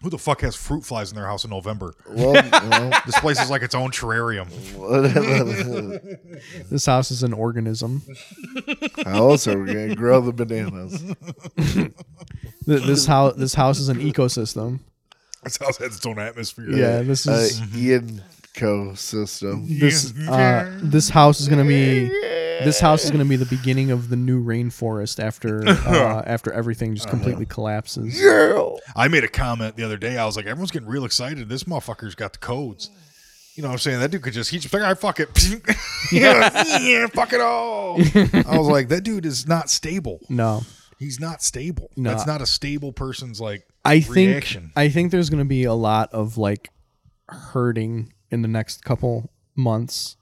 [SPEAKER 3] Who the fuck has fruit flies in their house in November?
[SPEAKER 2] Well,
[SPEAKER 3] This place is like its own terrarium.
[SPEAKER 2] well,
[SPEAKER 4] This house is an organism.
[SPEAKER 2] how else are we gonna grow the bananas?
[SPEAKER 4] Th- This house, this house is an ecosystem.
[SPEAKER 3] This house has its own atmosphere.
[SPEAKER 4] Yeah, this
[SPEAKER 2] Uh,
[SPEAKER 4] is
[SPEAKER 2] Ian co-system.
[SPEAKER 4] this uh, this house is gonna be this house is gonna be the beginning of the new rainforest after uh, after everything
[SPEAKER 3] Uh-huh.
[SPEAKER 4] just completely collapses.
[SPEAKER 3] I made a comment the other day. I was like, everyone's getting real excited. This motherfucker's got the codes. You know what I'm saying? That dude could just, he's just like, all right, fuck it. yeah, yeah, fuck it all. I was like, that dude is not stable.
[SPEAKER 4] No,
[SPEAKER 3] He's not stable.
[SPEAKER 4] No.
[SPEAKER 3] That's not a stable person's like
[SPEAKER 4] I think
[SPEAKER 3] reaction.
[SPEAKER 4] I think there's gonna be a lot of like hurting in the next couple months.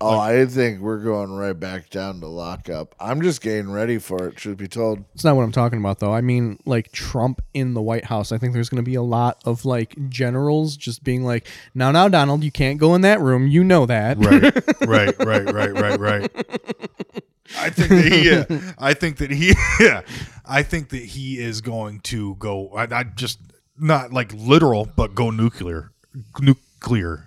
[SPEAKER 2] Oh, I think we're going right back down to lockup. I'm just getting ready for it. Should be told.
[SPEAKER 4] It's not what I'm talking about, though. I mean, like Trump in the White House. I think there's going to be a lot of like generals just being like, "Now, now, Donald, you can't go in that room. You know that."
[SPEAKER 3] right, right, right, right, right, right. I think that he. Uh, I think that he. Yeah, I think that he is going to go. I, I just not like literal, but go nuclear, nuclear.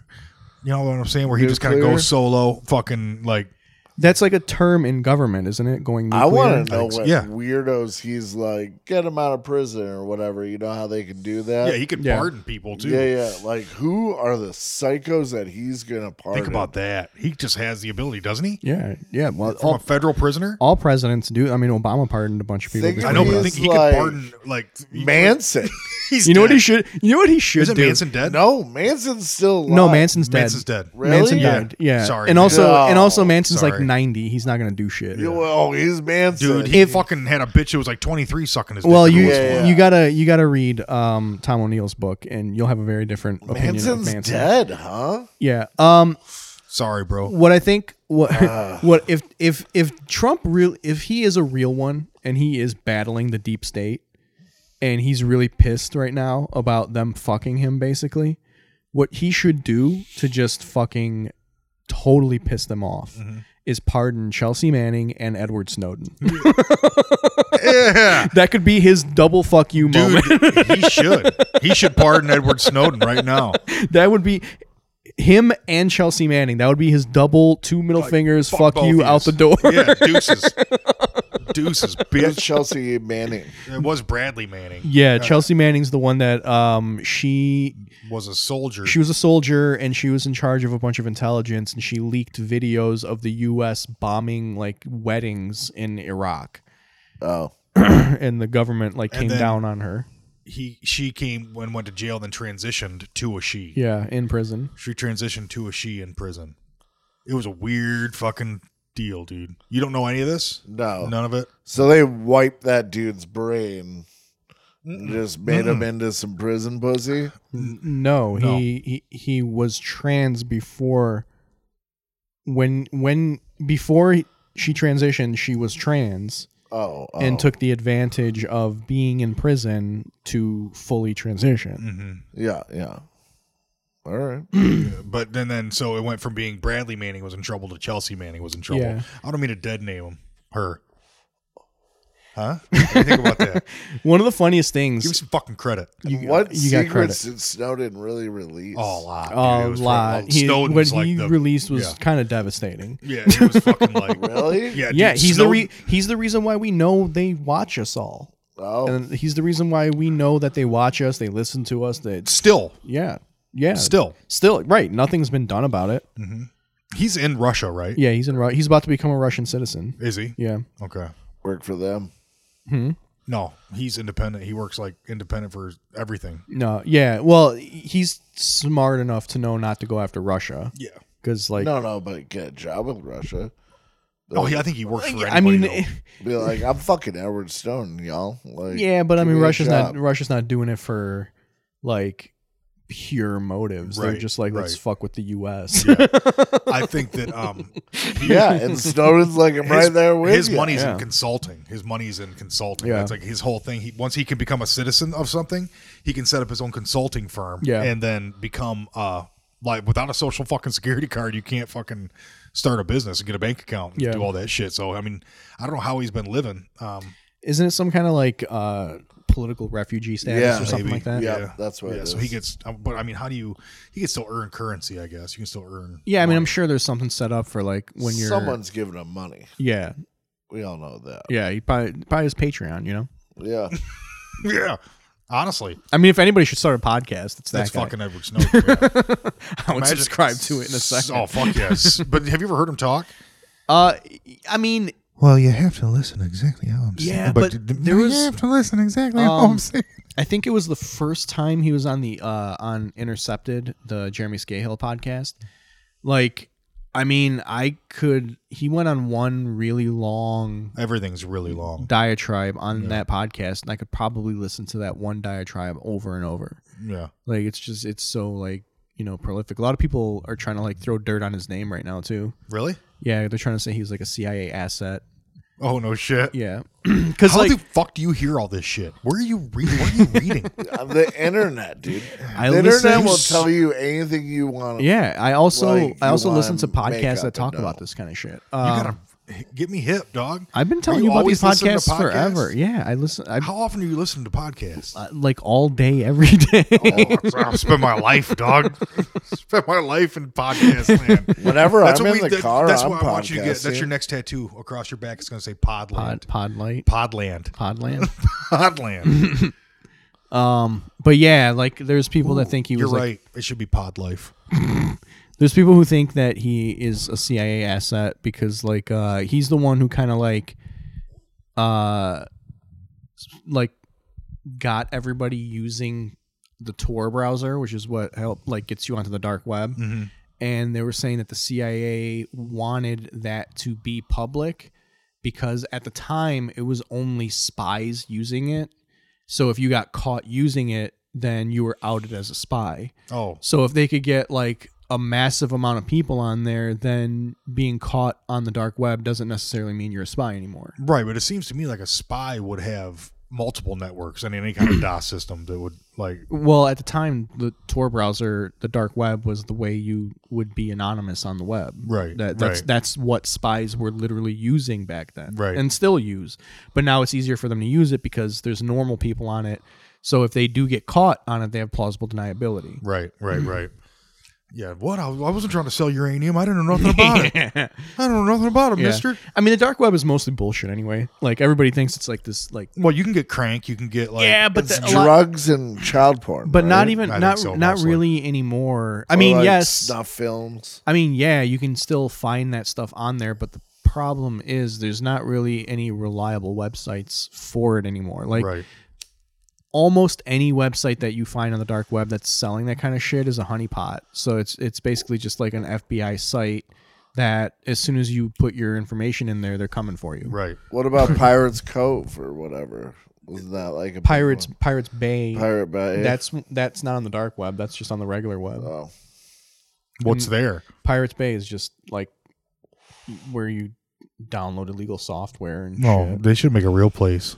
[SPEAKER 3] You know what I'm saying? Where he just kind of
[SPEAKER 2] Nuclear?
[SPEAKER 3] goes solo, fucking like
[SPEAKER 4] That's like a term in government, isn't it? Going nuclear.
[SPEAKER 2] I want to know what
[SPEAKER 3] yeah.
[SPEAKER 2] weirdos he's like. Get him out of prison or whatever. You know how they can do that.
[SPEAKER 3] Yeah, he can
[SPEAKER 4] Yeah.
[SPEAKER 3] pardon people too.
[SPEAKER 2] Uh, yeah, yeah. Like, who are the psychos that he's gonna pardon?
[SPEAKER 3] Think about that. He just has the ability, doesn't he?
[SPEAKER 4] Yeah, yeah. Well,
[SPEAKER 3] From a
[SPEAKER 4] all,
[SPEAKER 3] federal prisoner.
[SPEAKER 4] all presidents do. I mean, Obama pardoned a bunch of people.
[SPEAKER 2] Think
[SPEAKER 4] before
[SPEAKER 3] I know, but I
[SPEAKER 4] that.
[SPEAKER 2] He's
[SPEAKER 3] think he
[SPEAKER 2] like-
[SPEAKER 3] could pardon like he-
[SPEAKER 2] Manson.
[SPEAKER 3] He's
[SPEAKER 4] You know what
[SPEAKER 3] dead.
[SPEAKER 4] he should? You know what he should
[SPEAKER 3] Isn't
[SPEAKER 4] do?
[SPEAKER 3] Manson dead?
[SPEAKER 2] no, Manson's still alive.
[SPEAKER 4] No, Manson's dead.
[SPEAKER 3] Manson's dead.
[SPEAKER 2] Really?
[SPEAKER 4] Manson
[SPEAKER 2] Yeah.
[SPEAKER 4] died. Yeah.
[SPEAKER 3] Sorry,
[SPEAKER 4] And
[SPEAKER 3] man.
[SPEAKER 4] also, and also,
[SPEAKER 2] No.
[SPEAKER 4] Manson's like
[SPEAKER 3] Sorry.
[SPEAKER 4] ninety. He's not gonna do shit.
[SPEAKER 2] You- Oh, he's Manson.
[SPEAKER 3] Dude, he fucking had a bitch that was like 23 sucking his.
[SPEAKER 4] Well,
[SPEAKER 3] dick.
[SPEAKER 4] you
[SPEAKER 2] Yeah, yeah.
[SPEAKER 4] you gotta you gotta read um, Tom O'Neill's book, and you'll have a very different opinion
[SPEAKER 2] Manson's
[SPEAKER 4] of Manson.
[SPEAKER 2] dead, huh?
[SPEAKER 4] Yeah. Um.
[SPEAKER 3] sorry, bro.
[SPEAKER 4] What I think what what if if if Trump real if he is a real one and he is battling the deep state and he's really pissed right now about them fucking him basically, what he should do to just fucking totally piss them off
[SPEAKER 3] Mm-hmm.
[SPEAKER 4] is pardon Chelsea Manning and Edward Snowden.
[SPEAKER 3] Yeah,
[SPEAKER 4] that could be his double fuck you moment.
[SPEAKER 3] dude, he should. He should pardon Edward Snowden right now.
[SPEAKER 4] that would be him and Chelsea Manning. That would be his double two middle fingers fuck,
[SPEAKER 3] both
[SPEAKER 4] you
[SPEAKER 3] of
[SPEAKER 4] out the
[SPEAKER 3] yous.
[SPEAKER 4] door.
[SPEAKER 3] Yeah, deuces, deuces,
[SPEAKER 2] It's
[SPEAKER 3] bitch.
[SPEAKER 2] Chelsea Manning.
[SPEAKER 3] It was Bradley Manning.
[SPEAKER 4] Yeah, Chelsea Manning's the one that um she
[SPEAKER 3] Was a soldier.
[SPEAKER 4] she was a soldier and she was in charge of a bunch of intelligence and she leaked videos of the US bombing like weddings in Iraq
[SPEAKER 2] Oh,
[SPEAKER 4] and the government like came
[SPEAKER 3] then-
[SPEAKER 4] down on her.
[SPEAKER 3] he she came when went to jail, then transitioned to a she.
[SPEAKER 4] Yeah, in prison.
[SPEAKER 3] She transitioned to a she in prison. It was a weird fucking deal, dude. You don't know any of this?
[SPEAKER 2] no.
[SPEAKER 3] None of it.
[SPEAKER 2] So they wiped that dude's brain. and Just made him into some prison pussy.
[SPEAKER 4] N- No,
[SPEAKER 3] No.
[SPEAKER 4] He, he he was trans before when when before she transitioned, she was trans
[SPEAKER 2] Oh, oh.
[SPEAKER 4] and took the advantage of being in prison to fully transition.
[SPEAKER 3] Mm-hmm.
[SPEAKER 2] yeah, yeah. All right.
[SPEAKER 4] Mm,
[SPEAKER 3] But then, then so it went from being Bradley Manning was in trouble to Chelsea Manning was in trouble.
[SPEAKER 4] Yeah.
[SPEAKER 3] I don't mean to dead name him, her. Huh? What do you think about that?
[SPEAKER 4] One of the funniest
[SPEAKER 3] Give me
[SPEAKER 4] things
[SPEAKER 3] some fucking credit.
[SPEAKER 4] you,
[SPEAKER 2] what
[SPEAKER 4] you got credit.
[SPEAKER 2] secrets did Snowden really release?
[SPEAKER 3] Oh, a lot. dude. It
[SPEAKER 4] A
[SPEAKER 3] was
[SPEAKER 4] lot.
[SPEAKER 3] fucking-
[SPEAKER 4] He,
[SPEAKER 3] Snowden's
[SPEAKER 4] what
[SPEAKER 3] like
[SPEAKER 4] he
[SPEAKER 3] the-
[SPEAKER 4] released was
[SPEAKER 3] yeah.
[SPEAKER 4] kind of devastating.
[SPEAKER 3] Yeah, it was fucking like.
[SPEAKER 2] really?
[SPEAKER 3] Yeah, dude,
[SPEAKER 4] Yeah, he's the
[SPEAKER 3] Snowden-
[SPEAKER 4] re- he's the reason why we know they watch us all,
[SPEAKER 2] Oh,
[SPEAKER 4] and he's the reason why we know that they watch us, they listen to us. That
[SPEAKER 3] still,
[SPEAKER 4] yeah, yeah,
[SPEAKER 3] still,
[SPEAKER 4] still right. Nothing's been done about it.
[SPEAKER 3] he's in Russia, right?
[SPEAKER 4] Yeah, he's in. Ru- he's about to become a Russian citizen.
[SPEAKER 3] Is he?
[SPEAKER 4] Yeah,
[SPEAKER 3] Okay.
[SPEAKER 2] work for them.
[SPEAKER 3] No, he's independent. He works like independent for everything.
[SPEAKER 4] no, yeah. Well, he's smart enough to know not to go after Russia
[SPEAKER 3] Yeah.
[SPEAKER 4] because, like,
[SPEAKER 2] No, no, but get a job in Russia.
[SPEAKER 3] Oh, yeah, I think he works for.
[SPEAKER 4] I mean,
[SPEAKER 3] anybody,
[SPEAKER 2] Be like, I'm fucking Edward Snowden, y'all. Like,
[SPEAKER 4] Yeah, but I
[SPEAKER 2] give
[SPEAKER 4] mean,
[SPEAKER 2] me a
[SPEAKER 4] Russia's not
[SPEAKER 2] job.
[SPEAKER 4] Russia's not doing it for like pure motives. They're
[SPEAKER 3] Right,
[SPEAKER 4] just like, let's
[SPEAKER 3] right.
[SPEAKER 4] fuck with the U.S.
[SPEAKER 3] though. I think that um,
[SPEAKER 2] Yeah, and Snowden's like, I'm
[SPEAKER 3] his-
[SPEAKER 2] right there with
[SPEAKER 3] his
[SPEAKER 2] ya.
[SPEAKER 3] money's
[SPEAKER 4] Yeah.
[SPEAKER 3] in consulting. His money's in consulting.
[SPEAKER 4] Yeah.
[SPEAKER 3] That's like his whole thing. He once he can become a citizen of something, he can set up his own consulting firm.
[SPEAKER 4] Yeah.
[SPEAKER 3] and then become uh like without a social fucking security card, you can't fucking start a business and get a bank account and
[SPEAKER 4] Yeah.
[SPEAKER 3] do all that shit. So I mean, I don't know how he's been living. Um,
[SPEAKER 4] Isn't it some kind of like uh, political refugee status
[SPEAKER 2] Yeah,
[SPEAKER 4] or something
[SPEAKER 3] maybe.
[SPEAKER 4] like that?
[SPEAKER 2] Yeah. that's what
[SPEAKER 3] Yeah,
[SPEAKER 2] it
[SPEAKER 3] so he
[SPEAKER 2] is.
[SPEAKER 3] gets. um, But I mean, how do you? He can still earn currency, I guess. You can still earn.
[SPEAKER 4] Yeah, I mean, I'm sure there's something set up for like when you're
[SPEAKER 2] someone's giving him money.
[SPEAKER 4] Yeah,
[SPEAKER 2] We all know that.
[SPEAKER 4] yeah. He probably probably his Patreon. You know,
[SPEAKER 2] Yeah,
[SPEAKER 3] Yeah, honestly,
[SPEAKER 4] I mean, if anybody should start a podcast, it's that
[SPEAKER 3] that's
[SPEAKER 4] guy.
[SPEAKER 3] fucking Edward Snowden. Yeah.
[SPEAKER 4] I would
[SPEAKER 3] Imagine-
[SPEAKER 4] subscribe to it in a second.
[SPEAKER 3] Oh fuck yes! but have you ever heard him talk?
[SPEAKER 4] Uh, I mean,
[SPEAKER 5] Well, you have to listen exactly how I'm saying.
[SPEAKER 4] yeah, but, there
[SPEAKER 5] you
[SPEAKER 4] was.
[SPEAKER 5] have to listen exactly how
[SPEAKER 4] um,
[SPEAKER 3] hmm. Oh,
[SPEAKER 5] I'm saying.
[SPEAKER 4] I think it was the first time he was on the uh on Intercepted, the Jeremy Scahill podcast. Like, I mean, I could he went on one really long
[SPEAKER 3] Everything's really long.
[SPEAKER 4] diatribe on that podcast and I could probably listen to that one diatribe over and over.
[SPEAKER 3] Yeah.
[SPEAKER 4] Like it's just it's so like, you know, prolific. A lot of people are trying to like throw dirt on his name right now too.
[SPEAKER 3] Really?
[SPEAKER 4] Yeah, they're trying to say he's like a CIA asset.
[SPEAKER 3] Oh no shit.
[SPEAKER 4] Yeah. Cuz
[SPEAKER 3] How
[SPEAKER 4] like
[SPEAKER 3] the fuck do you hear all this shit? Where are you reading? What are you reading?
[SPEAKER 2] Uh, the internet, dude.
[SPEAKER 4] I
[SPEAKER 2] the
[SPEAKER 4] listen-
[SPEAKER 2] internet will tell you anything you want.
[SPEAKER 4] yeah, I also
[SPEAKER 2] Like,
[SPEAKER 4] I
[SPEAKER 2] you
[SPEAKER 4] also
[SPEAKER 2] want
[SPEAKER 4] listen to podcasts
[SPEAKER 2] makeup
[SPEAKER 4] that
[SPEAKER 2] and
[SPEAKER 4] talk
[SPEAKER 2] all.
[SPEAKER 4] about this kind of shit.
[SPEAKER 3] You
[SPEAKER 4] Um,
[SPEAKER 3] gotta Get me hip, dog.
[SPEAKER 4] I've been
[SPEAKER 3] Are
[SPEAKER 4] telling
[SPEAKER 3] you
[SPEAKER 4] you, about
[SPEAKER 3] always
[SPEAKER 4] these
[SPEAKER 3] listening to
[SPEAKER 4] podcasts, forever.
[SPEAKER 3] podcasts?
[SPEAKER 4] Yeah, I listen. I
[SPEAKER 3] How often do you listen to podcasts?
[SPEAKER 4] uh, like all day, every day.
[SPEAKER 3] I spend my life, dog. spend my life in podcast land.
[SPEAKER 2] Whenever
[SPEAKER 3] That's
[SPEAKER 2] I'm
[SPEAKER 3] what
[SPEAKER 2] in
[SPEAKER 3] we,
[SPEAKER 2] the
[SPEAKER 3] that-
[SPEAKER 2] car,
[SPEAKER 3] that's
[SPEAKER 2] I'm
[SPEAKER 3] what I want you to get. That's
[SPEAKER 2] podcasting.
[SPEAKER 3] your next tattoo across your back. It's going to say Podland.
[SPEAKER 4] Pod, pod light,
[SPEAKER 3] Podland.
[SPEAKER 4] podland.
[SPEAKER 3] Podland.
[SPEAKER 4] Um, but yeah, like there's people that think he
[SPEAKER 3] You're
[SPEAKER 4] was like,
[SPEAKER 3] right. It should be Pod Life.
[SPEAKER 4] there's people who think that he is a CIA asset because like uh he's the one who kind of like uh like got everybody using the Tor browser, which is what help like gets you onto the dark web.
[SPEAKER 3] Mm-hmm.
[SPEAKER 4] And they were saying that the CIA wanted that to be public because at the time it was only spies using it. So if you got caught using it, then you were outed as a spy.
[SPEAKER 3] Oh,
[SPEAKER 4] So if they could get like a massive amount of people on there, then being caught on the dark web doesn't necessarily mean you're a spy anymore.
[SPEAKER 3] right. But it seems to me like a spy would have multiple networks and any kind of DOS system that would like.
[SPEAKER 4] Well, at the time, the Tor browser, the dark web was the way you would be anonymous on the web.
[SPEAKER 3] Right,
[SPEAKER 4] That, that's
[SPEAKER 3] right.
[SPEAKER 4] that's what spies were literally using back then,
[SPEAKER 3] Right.
[SPEAKER 4] And still use. But now it's easier for them to use it because there's normal people on it. So if they do get caught on it, they have plausible deniability.
[SPEAKER 3] Right. Right. Right. Yeah. What? I, I wasn't trying to sell uranium. I didn't know nothing about it. I don't know nothing about it,
[SPEAKER 4] Yeah.
[SPEAKER 3] Mister.
[SPEAKER 4] I mean, the dark web is mostly bullshit anyway. Like everybody thinks it's like this, like
[SPEAKER 3] Well, you can get crank. You can get like.
[SPEAKER 4] but
[SPEAKER 2] It's drugs and child porn.
[SPEAKER 4] but not
[SPEAKER 2] right?
[SPEAKER 4] even
[SPEAKER 3] I think
[SPEAKER 4] not
[SPEAKER 3] so,
[SPEAKER 4] not
[SPEAKER 3] mostly.
[SPEAKER 4] really anymore. I
[SPEAKER 2] Or,
[SPEAKER 4] mean,
[SPEAKER 2] like,
[SPEAKER 4] yes.
[SPEAKER 2] snuff films.
[SPEAKER 4] I mean, yeah, you can still find that stuff on there, but the problem is there's not really any reliable websites for it anymore. Like
[SPEAKER 3] Right.
[SPEAKER 4] almost any website that you find on the dark web that's selling that kind of shit is a honeypot. So it's it's basically just like an FBI site that as soon as you put your information in there, they're coming for you.
[SPEAKER 3] Right.
[SPEAKER 2] What about Pirates Cove or whatever? Wasn't that like a big
[SPEAKER 4] Pirates
[SPEAKER 2] one?
[SPEAKER 4] Pirates Bay.
[SPEAKER 2] Pirate Bay.
[SPEAKER 4] That's that's not on the dark web. That's just on the regular web.
[SPEAKER 2] oh.
[SPEAKER 3] What's there?
[SPEAKER 4] Pirates Bay is just like where you download illegal software and
[SPEAKER 3] No,
[SPEAKER 4] shit.
[SPEAKER 3] they should make a real place.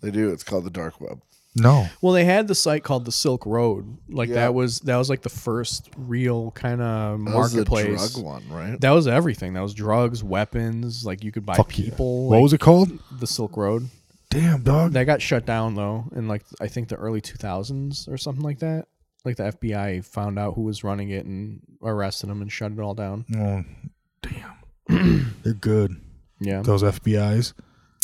[SPEAKER 2] They do. It's called the Dark Web.
[SPEAKER 3] No.
[SPEAKER 4] Well, they had the site called the Silk Road. Like
[SPEAKER 2] Yeah.
[SPEAKER 4] that was that was like the first real kind of
[SPEAKER 2] That was the
[SPEAKER 4] marketplace.
[SPEAKER 2] drug one, right?
[SPEAKER 4] That was everything. That was drugs, weapons. Like you could buy
[SPEAKER 3] Fuck yeah.
[SPEAKER 4] people.
[SPEAKER 3] What was it called?
[SPEAKER 4] the Silk Road?
[SPEAKER 3] Damn, dog.
[SPEAKER 4] That got shut down though in like I think the early 2000s or something like that. Like the FBI found out who was running it and arrested him and shut it all down.
[SPEAKER 3] Oh, damn. They're good.
[SPEAKER 4] Yeah.
[SPEAKER 3] Those FBI's.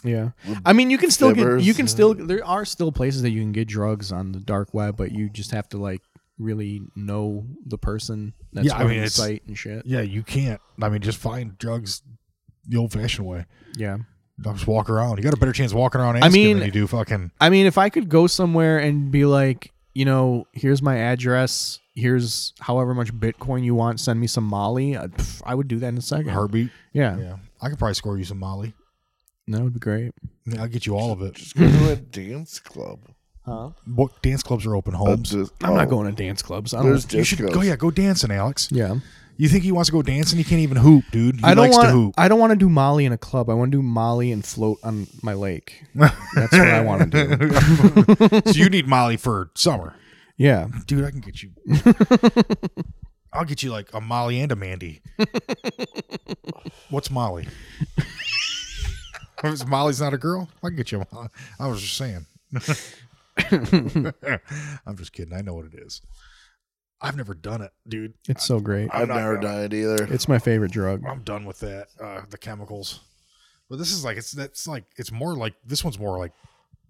[SPEAKER 4] Yeah, I mean, you can still get
[SPEAKER 2] Fibbers,
[SPEAKER 4] you can
[SPEAKER 2] uh,
[SPEAKER 4] still there are still places that you can get drugs on the dark web, but you just have to like really know the person that's
[SPEAKER 3] Yeah, I
[SPEAKER 4] running
[SPEAKER 3] mean,
[SPEAKER 4] the
[SPEAKER 3] it's-
[SPEAKER 4] site and shit.
[SPEAKER 3] Yeah, you can't. I mean, just find drugs the old fashioned way.
[SPEAKER 4] Yeah,
[SPEAKER 3] Don't Just walk around. You got a better chance walking around asking
[SPEAKER 4] mean-
[SPEAKER 3] than you do fucking.
[SPEAKER 4] I mean, if I could go somewhere and be like, you know, here's my address, here's however much Bitcoin you want, send me some Molly, I, pff, I would do that in a second.
[SPEAKER 3] Heartbeat.
[SPEAKER 4] yeah,
[SPEAKER 3] Yeah. I could probably score you some Molly.
[SPEAKER 4] that would be great.
[SPEAKER 3] Yeah, I'll get you all of it.
[SPEAKER 2] Just go to a dance club.
[SPEAKER 4] Huh?
[SPEAKER 3] What dance clubs are open, Holmes?
[SPEAKER 2] Uh, just-
[SPEAKER 4] I'm
[SPEAKER 2] oh,
[SPEAKER 4] not going to dance clubs. I
[SPEAKER 2] There's
[SPEAKER 4] don't.
[SPEAKER 3] You
[SPEAKER 2] discos.
[SPEAKER 3] should go. Yeah, go dancing, Alex.
[SPEAKER 4] Yeah,
[SPEAKER 3] You think he wants to go dancing? He can't even hoop, dude. He
[SPEAKER 4] I don't
[SPEAKER 3] likes to
[SPEAKER 4] want.
[SPEAKER 3] hoop.
[SPEAKER 4] I don't want to do Molly in a club. I want to do Molly and float on my lake. That's what I want to do.
[SPEAKER 3] so you need Molly for summer,
[SPEAKER 4] Yeah.
[SPEAKER 3] dude. I can get you. I'll get you like a Molly and a Mandy. What's Molly? Is Molly's not a girl. I can get you. A Molly. I was just saying. I'm just kidding. I know what it is. I've never done it, dude.
[SPEAKER 4] It's so great.
[SPEAKER 2] I've
[SPEAKER 3] I'm not
[SPEAKER 2] never
[SPEAKER 3] going.
[SPEAKER 2] done it either.
[SPEAKER 4] It's my favorite drug.
[SPEAKER 3] I'm done with that. Uh, the chemicals. But this is like it's that's like it's more like this one's more like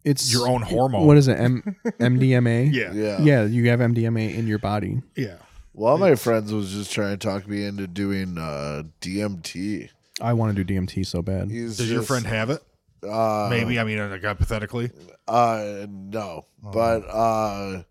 [SPEAKER 4] It's
[SPEAKER 3] your own hormone.
[SPEAKER 4] What is it? M- MDMA?
[SPEAKER 3] Yeah.
[SPEAKER 2] Yeah.
[SPEAKER 4] Yeah, you have MDMA in your body.
[SPEAKER 3] Yeah.
[SPEAKER 2] One of my friends was just trying to talk me into doing uh, DMT.
[SPEAKER 4] I want to do DMT so bad.
[SPEAKER 2] He's
[SPEAKER 3] Does your
[SPEAKER 2] just,
[SPEAKER 3] friend have it?
[SPEAKER 2] uh,
[SPEAKER 3] Maybe. I mean, like hypothetically.
[SPEAKER 2] Uh, no, but uh,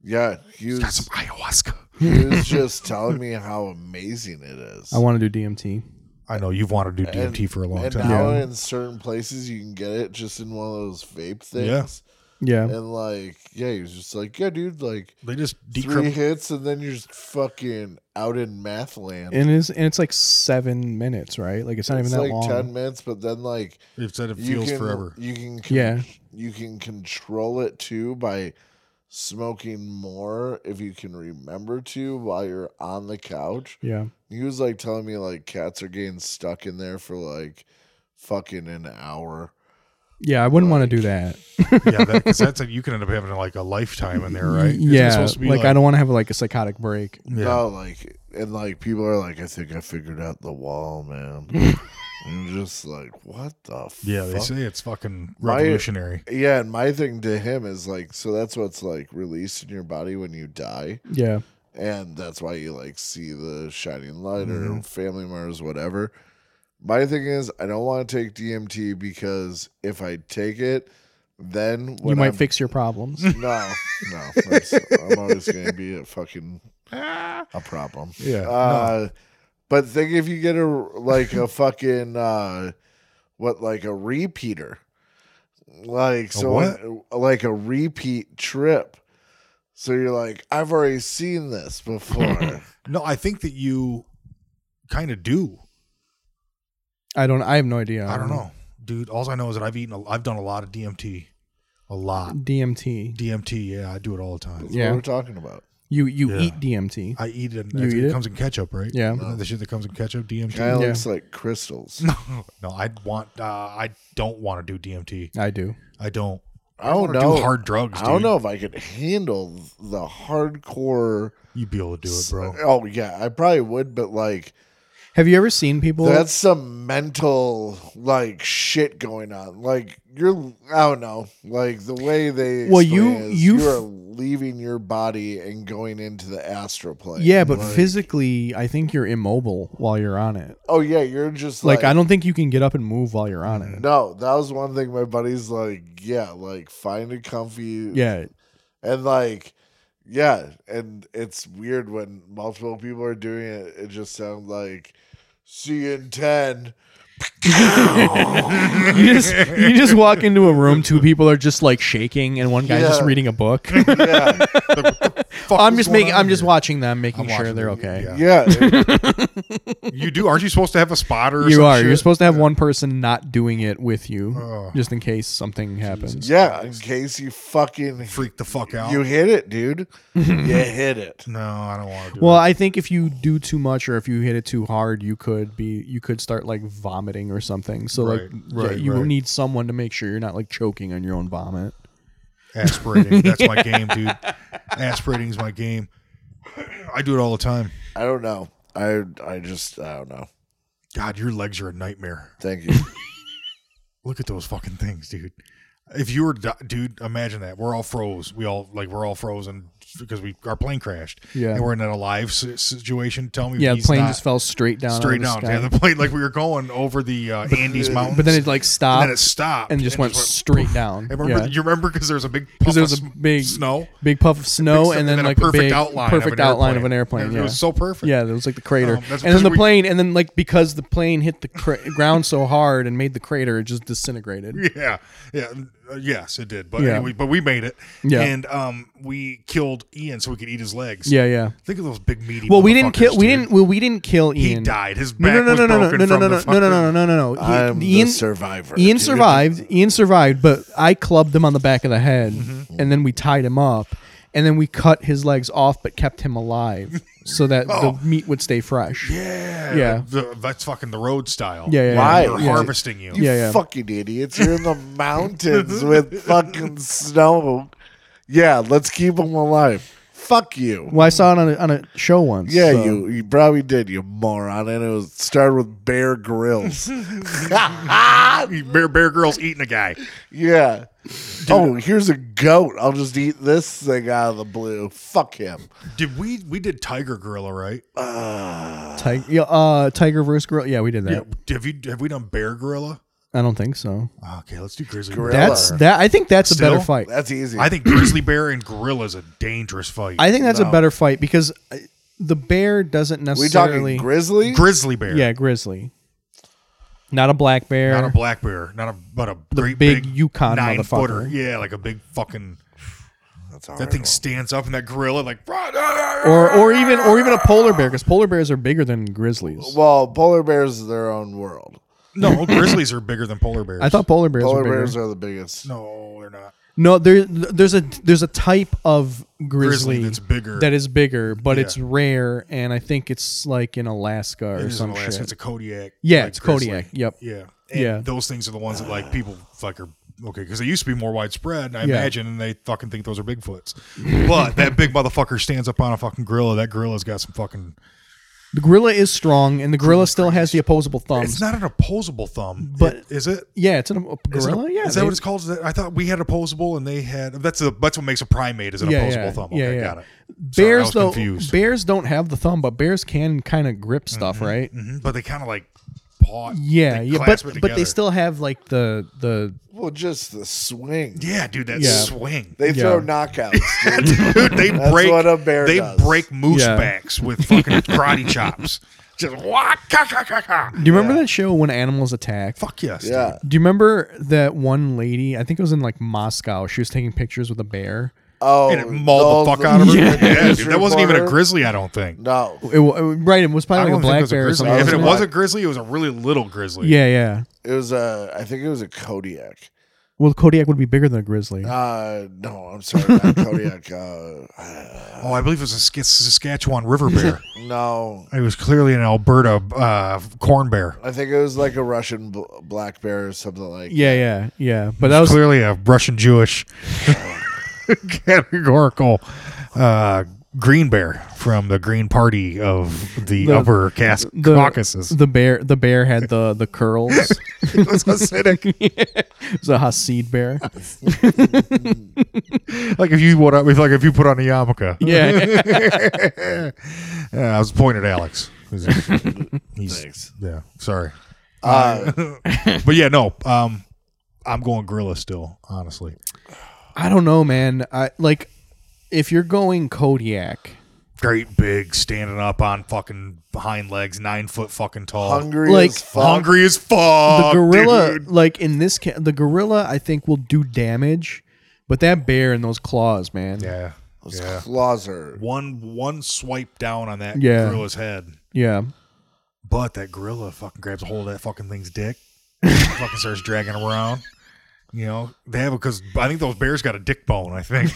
[SPEAKER 2] yeah, he
[SPEAKER 3] Oh. He's got
[SPEAKER 2] was,
[SPEAKER 3] some ayahuasca.
[SPEAKER 2] he was just telling me how amazing it is.
[SPEAKER 4] I want to do DMT.
[SPEAKER 3] I know you've wanted to do
[SPEAKER 2] And-
[SPEAKER 3] DMT for a long
[SPEAKER 2] and
[SPEAKER 3] time.
[SPEAKER 2] now
[SPEAKER 4] Yeah.
[SPEAKER 2] in certain places you can get it just in one of those vape
[SPEAKER 3] Yeah.
[SPEAKER 2] things.
[SPEAKER 4] Yeah.
[SPEAKER 2] And like, yeah, he was just like, yeah, dude, like
[SPEAKER 3] They just
[SPEAKER 2] three
[SPEAKER 3] decrypt.
[SPEAKER 2] hits and then you're just fucking out in math land.
[SPEAKER 4] And it's and it's like seven minutes, right? Like it's not
[SPEAKER 2] it's
[SPEAKER 4] even
[SPEAKER 2] like
[SPEAKER 4] that long.
[SPEAKER 2] ten minutes, but then like
[SPEAKER 3] It said it
[SPEAKER 2] you
[SPEAKER 3] feels
[SPEAKER 2] can
[SPEAKER 3] forever.
[SPEAKER 2] you can con-
[SPEAKER 4] Yeah.
[SPEAKER 2] you can control it too by smoking more if you can remember to while you're on the couch.
[SPEAKER 4] Yeah.
[SPEAKER 2] He was like telling me like cats are getting stuck in there for like fucking an hour.
[SPEAKER 4] Yeah, I wouldn't want to do that.
[SPEAKER 3] yeah, because that's a, you can end up having like a lifetime in there, right? Isn't it
[SPEAKER 4] yeah,
[SPEAKER 3] supposed to be
[SPEAKER 4] like, I don't want to have like a psychotic break.
[SPEAKER 3] Yeah.
[SPEAKER 2] No, like and like people are like, I think I figured out the wall, man. and you're just like, what the
[SPEAKER 3] Yeah, they
[SPEAKER 2] fuck?
[SPEAKER 3] say it's fucking
[SPEAKER 2] Why-
[SPEAKER 3] revolutionary.
[SPEAKER 2] Yeah, and my thing to him is like, so that's what's like released in your body when you die,
[SPEAKER 4] Yeah.
[SPEAKER 2] and that's why you like see the shining light
[SPEAKER 4] Mm-hmm.
[SPEAKER 2] or family members, whatever. My thing is, I don't want to take DMT because if I take it, then
[SPEAKER 4] you
[SPEAKER 2] when
[SPEAKER 4] might
[SPEAKER 2] I'm-
[SPEAKER 4] fix your problems.
[SPEAKER 2] no, no, that's, I'm always gonna be a fucking
[SPEAKER 3] Ah.
[SPEAKER 2] a problem.
[SPEAKER 3] Yeah,
[SPEAKER 2] Uh, But think if you get a like a fucking uh, what like a repeater, like so uh, like a repeat trip. So you're like, I've already seen this before.
[SPEAKER 3] No, I think that you kind of do.
[SPEAKER 4] I don't. I have no idea.
[SPEAKER 3] I don't know, dude. All I know is that I've eaten. A, I've done a lot of DMT, a lot
[SPEAKER 4] DMT.
[SPEAKER 3] DMT. Yeah, I do it all the time.
[SPEAKER 2] What
[SPEAKER 4] Yeah.
[SPEAKER 2] we're talking about
[SPEAKER 4] You you
[SPEAKER 3] Yeah.
[SPEAKER 4] eat DMT.
[SPEAKER 3] I eat it.
[SPEAKER 4] You
[SPEAKER 3] it
[SPEAKER 4] eat it?
[SPEAKER 3] comes in ketchup, right?
[SPEAKER 4] Yeah.
[SPEAKER 3] Isn't that the shit that comes in ketchup, DMT.
[SPEAKER 2] kind of
[SPEAKER 4] Yeah.
[SPEAKER 2] looks like crystals.
[SPEAKER 3] No, I'd want. Uh, I don't want to do DMT.
[SPEAKER 4] I do.
[SPEAKER 3] I don't.
[SPEAKER 2] I don't
[SPEAKER 3] wanna do
[SPEAKER 2] know.
[SPEAKER 3] hard drugs.
[SPEAKER 2] I don't
[SPEAKER 3] dude.
[SPEAKER 2] know if I could handle the hardcore.
[SPEAKER 3] You'd be able to do it, bro.
[SPEAKER 2] Oh yeah, I probably would, but like
[SPEAKER 4] Have you ever seen people?
[SPEAKER 2] That's some mental like shit going on. Like you're, I don't know, like the way they.
[SPEAKER 4] Well,
[SPEAKER 2] explain
[SPEAKER 4] you-
[SPEAKER 2] it is
[SPEAKER 4] you
[SPEAKER 2] you are
[SPEAKER 4] f-
[SPEAKER 2] leaving your body and going into the astral plane.
[SPEAKER 4] yeah, but
[SPEAKER 2] Like-
[SPEAKER 4] physically, I think you're immobile while you're on it.
[SPEAKER 2] oh yeah, you're just
[SPEAKER 4] Like,
[SPEAKER 2] like,
[SPEAKER 4] I don't think you can get up and move while you're on it.
[SPEAKER 2] No, that was one thing. My buddy's like, yeah, like find a comfy,
[SPEAKER 4] Yeah.
[SPEAKER 2] and like, yeah, and it's weird when multiple people are doing it. It just sounds like, see you in ten.
[SPEAKER 4] You just you just walk into a room. Two people are just like shaking, and one guy's just
[SPEAKER 2] Yeah.
[SPEAKER 4] reading a book.
[SPEAKER 2] Yeah,
[SPEAKER 3] Fuck
[SPEAKER 4] I'm
[SPEAKER 3] is
[SPEAKER 4] just
[SPEAKER 3] going
[SPEAKER 4] making.
[SPEAKER 3] on
[SPEAKER 4] I'm just
[SPEAKER 3] here?
[SPEAKER 4] watching them, making
[SPEAKER 3] I'm watching
[SPEAKER 4] sure they're
[SPEAKER 3] them.
[SPEAKER 4] okay.
[SPEAKER 3] Yeah.
[SPEAKER 2] yeah.
[SPEAKER 3] You do. Aren't you supposed to have a spotter? Or
[SPEAKER 4] You
[SPEAKER 3] some
[SPEAKER 4] are.
[SPEAKER 3] Shit?
[SPEAKER 4] You're supposed to have one person not doing it with you,
[SPEAKER 3] Oh.
[SPEAKER 4] just in case something happens.
[SPEAKER 2] Yeah, in case you fucking
[SPEAKER 3] freak the fuck out.
[SPEAKER 2] you hit it, dude. you hit it.
[SPEAKER 3] no, I don't want to do
[SPEAKER 4] Well,
[SPEAKER 3] it.
[SPEAKER 4] I think if you do too much or if you hit it too hard, you could be you could start like vomiting or something. So like
[SPEAKER 3] Right,
[SPEAKER 4] yeah,
[SPEAKER 3] right,
[SPEAKER 4] you
[SPEAKER 3] right.
[SPEAKER 4] need someone to make sure you're not like choking on your own vomit.
[SPEAKER 3] Aspirating. That's my game, dude. Aspirating is my game. I do it all the time.
[SPEAKER 2] I don't know. I I just I don't know.
[SPEAKER 3] God, your legs are a nightmare.
[SPEAKER 2] Thank you.
[SPEAKER 3] Look at those fucking things, dude. If you were, di- dude, imagine that. We're all froze. We all like we're all frozen because we our plane crashed.
[SPEAKER 4] Yeah.
[SPEAKER 3] and we're in an alive si- situation. Tell me,
[SPEAKER 4] Yeah, the
[SPEAKER 3] he's
[SPEAKER 4] plane
[SPEAKER 3] not
[SPEAKER 4] just fell straight down.
[SPEAKER 3] straight down.
[SPEAKER 4] out of the
[SPEAKER 3] Yeah,
[SPEAKER 4] sky.
[SPEAKER 3] the plane like we were going over the uh, Andes mountains,
[SPEAKER 4] but then it like stopped
[SPEAKER 3] and then it stopped
[SPEAKER 4] and just went straight down.
[SPEAKER 3] And remember,
[SPEAKER 4] yeah.
[SPEAKER 3] you remember because there was a big puff
[SPEAKER 4] there was
[SPEAKER 3] of
[SPEAKER 4] a
[SPEAKER 3] s-
[SPEAKER 4] big-
[SPEAKER 3] snow.
[SPEAKER 4] big puff of snow
[SPEAKER 3] Big-
[SPEAKER 4] and then,
[SPEAKER 3] a
[SPEAKER 4] like
[SPEAKER 3] perfect
[SPEAKER 4] a big
[SPEAKER 3] outline,
[SPEAKER 4] perfect
[SPEAKER 3] of an
[SPEAKER 4] outline
[SPEAKER 3] airplane.
[SPEAKER 4] of an airplane.
[SPEAKER 3] It
[SPEAKER 4] Yeah.
[SPEAKER 3] was so perfect.
[SPEAKER 4] Yeah, there was like the crater,
[SPEAKER 3] Um, that's
[SPEAKER 4] and
[SPEAKER 3] because
[SPEAKER 4] then the
[SPEAKER 3] we-
[SPEAKER 4] plane, and then like because the plane hit the cra- ground so hard and made the crater, it just disintegrated.
[SPEAKER 3] Yeah, yeah, uh, yes, it did. But
[SPEAKER 4] Yeah.
[SPEAKER 3] anyway, but we made it.
[SPEAKER 4] Yeah.
[SPEAKER 3] and um, we killed Ian so we could eat his legs.
[SPEAKER 4] Yeah, yeah.
[SPEAKER 3] think of those big meaty.
[SPEAKER 4] Well, we didn't
[SPEAKER 3] motherfuckers,
[SPEAKER 4] kill. We
[SPEAKER 3] dude.
[SPEAKER 4] didn't. Well, we didn't kill Ian.
[SPEAKER 3] He died. His
[SPEAKER 4] No,
[SPEAKER 3] back
[SPEAKER 4] no, no,
[SPEAKER 3] was
[SPEAKER 4] no, no, no,
[SPEAKER 3] broken
[SPEAKER 4] no, no,
[SPEAKER 3] from
[SPEAKER 4] no, no,
[SPEAKER 3] the
[SPEAKER 4] no, no, no,
[SPEAKER 3] fucking-
[SPEAKER 4] no, no, no. He-
[SPEAKER 2] I'm the
[SPEAKER 4] Ian,
[SPEAKER 2] survivor.
[SPEAKER 4] Ian
[SPEAKER 2] dude.
[SPEAKER 4] survived. Ian survived, but I clubbed him on the back of the head,
[SPEAKER 3] Mm-hmm.
[SPEAKER 4] and then we tied him up, and then we cut his legs off, but kept him alive so that
[SPEAKER 3] Oh.
[SPEAKER 4] the meat would stay fresh.
[SPEAKER 3] Yeah,
[SPEAKER 4] Yeah.
[SPEAKER 3] the- that's fucking the road style.
[SPEAKER 4] Yeah, yeah, yeah.
[SPEAKER 2] Why?
[SPEAKER 3] They're
[SPEAKER 2] Yeah.
[SPEAKER 3] harvesting you.
[SPEAKER 2] You
[SPEAKER 4] Yeah, yeah.
[SPEAKER 2] fucking idiots! You're in the mountains with fucking snow. Yeah, let's keep them alive. Fuck you.
[SPEAKER 4] Well, I saw it on a, on a show once.
[SPEAKER 2] Yeah,
[SPEAKER 4] so-
[SPEAKER 2] you you probably did, you moron. And it was started with Bear Grylls.
[SPEAKER 3] You Bear, bear girls eating a guy.
[SPEAKER 2] yeah. Oh, here's a goat. I'll just eat this thing out of the blue. Fuck him.
[SPEAKER 3] Did we? We did tiger gorilla, right?
[SPEAKER 4] Ti- yeah, uh, tiger versus gorilla. Yeah, we did that.
[SPEAKER 3] Yeah. Have you? Have we done bear gorilla? Oh,
[SPEAKER 4] I don't think so.
[SPEAKER 3] Okay, let's do grizzly.
[SPEAKER 2] Gorilla.
[SPEAKER 3] Bear.
[SPEAKER 4] That's that. I think that's a better
[SPEAKER 3] Still?
[SPEAKER 4] fight.
[SPEAKER 2] That's easy.
[SPEAKER 3] I think grizzly bear and gorilla is a dangerous fight.
[SPEAKER 4] I think that's a
[SPEAKER 2] No.
[SPEAKER 4] better fight because uh, the bear doesn't
[SPEAKER 2] we
[SPEAKER 4] necessarily.
[SPEAKER 2] talking grizzly?
[SPEAKER 3] grizzly bear.
[SPEAKER 4] Yeah, grizzly. Not a black bear.
[SPEAKER 3] Not a black bear, not a but a great
[SPEAKER 4] big
[SPEAKER 3] big,
[SPEAKER 4] Yukon
[SPEAKER 3] nine footer.
[SPEAKER 4] motherfucker.
[SPEAKER 3] Yeah, like a big fucking
[SPEAKER 2] That's all
[SPEAKER 3] that
[SPEAKER 2] right,
[SPEAKER 3] thing
[SPEAKER 2] well.
[SPEAKER 3] stands up and that gorilla like
[SPEAKER 4] or or even or even a polar bear because polar bears are bigger than grizzlies.
[SPEAKER 2] Well, polar bears are their own world.
[SPEAKER 3] no grizzlies are bigger than polar bears.
[SPEAKER 4] I thought polar bears
[SPEAKER 2] Polar
[SPEAKER 4] were bigger.
[SPEAKER 2] bears are the biggest.
[SPEAKER 3] no, they're not.
[SPEAKER 4] No, there there's a there's a type of grizzly,
[SPEAKER 3] Grizzly that's bigger.
[SPEAKER 4] That is bigger, but
[SPEAKER 3] Yeah.
[SPEAKER 4] it's rare, and I think it's like in Alaska or
[SPEAKER 3] It is in
[SPEAKER 4] some
[SPEAKER 3] Alaska.
[SPEAKER 4] shit.
[SPEAKER 3] It's a Kodiak.
[SPEAKER 4] yeah,
[SPEAKER 3] like,
[SPEAKER 4] it's
[SPEAKER 3] grizzly.
[SPEAKER 4] Kodiak. Yep.
[SPEAKER 3] Yeah. And
[SPEAKER 4] Yeah.
[SPEAKER 3] Those things are the ones that like people like are okay because they used to be more widespread, and I
[SPEAKER 4] Yeah.
[SPEAKER 3] imagine, and they fucking think those are Bigfoots. but that big motherfucker stands up on a fucking gorilla. That gorilla's got some fucking.
[SPEAKER 4] The gorilla is strong, and the gorilla still has the opposable thumbs.
[SPEAKER 3] It's not an opposable thumb,
[SPEAKER 4] Um, But-
[SPEAKER 3] but is it?
[SPEAKER 4] yeah, it's an a
[SPEAKER 3] Is it a-
[SPEAKER 4] gorilla. yeah,
[SPEAKER 3] is that
[SPEAKER 4] they-
[SPEAKER 3] what it's called? Is that- I thought we had opposable, and they had that's a, that's what makes a primate is an
[SPEAKER 4] Yeah,
[SPEAKER 3] opposable
[SPEAKER 4] yeah,
[SPEAKER 3] thumb.
[SPEAKER 4] yeah,
[SPEAKER 3] Okay,
[SPEAKER 4] yeah.
[SPEAKER 3] got it. Sorry, I
[SPEAKER 4] Bears
[SPEAKER 3] was
[SPEAKER 4] though,
[SPEAKER 3] confused.
[SPEAKER 4] bears don't have the thumb, but bears can kind of grip stuff, right?
[SPEAKER 3] Mhm, But they kind of like paw.
[SPEAKER 4] Yeah,
[SPEAKER 3] they
[SPEAKER 4] yeah, but
[SPEAKER 3] clasp it
[SPEAKER 4] but they
[SPEAKER 3] together.
[SPEAKER 4] still have like the the
[SPEAKER 2] Well, just the swing.
[SPEAKER 3] Yeah, dude, that
[SPEAKER 4] Yeah.
[SPEAKER 3] swing.
[SPEAKER 2] They throw
[SPEAKER 4] Yeah.
[SPEAKER 2] knockouts. Dude.
[SPEAKER 3] Dude, they break
[SPEAKER 2] what a bear
[SPEAKER 3] they
[SPEAKER 2] does.
[SPEAKER 3] break moose
[SPEAKER 4] Yeah.
[SPEAKER 3] backs with fucking karate chops. Just wah, ka, ka, ka, ka.
[SPEAKER 4] Do you remember that show when animals attack?
[SPEAKER 3] Fuck yes. dude.
[SPEAKER 2] yeah.
[SPEAKER 4] Do you remember that one lady? I think it was in like Moscow. She was taking pictures with a bear.
[SPEAKER 2] Oh,
[SPEAKER 3] And it mauled the
[SPEAKER 2] all
[SPEAKER 3] fuck out of her.
[SPEAKER 2] the
[SPEAKER 3] Yeah,
[SPEAKER 2] news
[SPEAKER 3] dude, that wasn't even a
[SPEAKER 2] reporter?
[SPEAKER 3] grizzly, I don't think.
[SPEAKER 2] No,
[SPEAKER 4] It, wa- it- right, it was
[SPEAKER 3] I
[SPEAKER 4] probably
[SPEAKER 3] don't think it
[SPEAKER 4] like a black
[SPEAKER 3] was a
[SPEAKER 4] bear or
[SPEAKER 3] grizzly.
[SPEAKER 4] something.
[SPEAKER 3] If it
[SPEAKER 4] wasn't
[SPEAKER 3] was a grizzly, it was a really little grizzly.
[SPEAKER 4] yeah, yeah.
[SPEAKER 2] it was a. I think it was a Kodiak.
[SPEAKER 4] Well, Kodiak would be bigger than a grizzly.
[SPEAKER 2] Uh, no, I'm sorry, not Kodiak. Uh,
[SPEAKER 3] Oh, I believe it was a Sk- Saskatchewan river bear.
[SPEAKER 2] no,
[SPEAKER 3] it was clearly an Alberta uh, corn bear.
[SPEAKER 2] I think it was like a Russian bl- black bear or something like.
[SPEAKER 4] yeah, yeah, yeah. But that
[SPEAKER 3] It was
[SPEAKER 4] was
[SPEAKER 3] clearly a Russian Jewish categorical uh, green bear from the Green Party of the,
[SPEAKER 4] The-
[SPEAKER 3] Upper Cas-
[SPEAKER 4] the
[SPEAKER 3] Caucasus.
[SPEAKER 4] The bear, the bear had the the curls.
[SPEAKER 3] it was acidic.
[SPEAKER 4] it was a Hasid bear.
[SPEAKER 3] like if you put on, if like if you put on a yarmulke.
[SPEAKER 4] Yeah,
[SPEAKER 3] Yeah, I was pointing at Alex. He's-
[SPEAKER 2] Thanks.
[SPEAKER 3] yeah, sorry,
[SPEAKER 2] Uh,
[SPEAKER 3] but yeah, no. Um, I'm going gorilla still, honestly.
[SPEAKER 4] I don't know, man. I like if you're going Kodiak.
[SPEAKER 3] Great big, standing up on fucking hind legs, nine foot fucking tall,
[SPEAKER 2] hungry
[SPEAKER 4] Like,
[SPEAKER 2] as fuck.
[SPEAKER 3] hungry as fuck.
[SPEAKER 4] the gorilla,
[SPEAKER 3] dude.
[SPEAKER 4] like in this, ca- the gorilla, I think will do damage, but that bear and those claws, man.
[SPEAKER 3] Yeah,
[SPEAKER 2] Those
[SPEAKER 3] yeah.
[SPEAKER 2] claws are.
[SPEAKER 3] One one swipe down on that
[SPEAKER 4] Yeah.
[SPEAKER 3] gorilla's head,
[SPEAKER 4] Yeah.
[SPEAKER 3] but that gorilla fucking grabs a hold of that fucking thing's dick, fucking starts dragging around. You know they have because I think those bears got a dick bone. I think,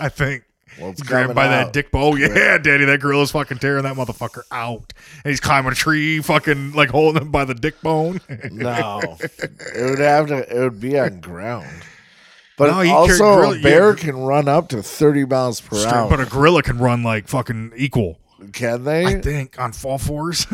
[SPEAKER 3] I think.
[SPEAKER 2] Well, it's
[SPEAKER 3] grabbed
[SPEAKER 2] coming
[SPEAKER 3] by that
[SPEAKER 2] out.
[SPEAKER 3] dick bone. Yeah, daddy, that gorilla's fucking tearing that motherfucker out. And he's climbing a tree, fucking like holding him by the dick bone.
[SPEAKER 2] No, it would have to. It would be on ground. But
[SPEAKER 3] No, you carry
[SPEAKER 2] also,
[SPEAKER 3] grill-
[SPEAKER 2] a
[SPEAKER 3] you-
[SPEAKER 2] bear can run up to thirty miles per hour.
[SPEAKER 3] but a gorilla can run like fucking equal.
[SPEAKER 2] can they?
[SPEAKER 3] I think on fall fours.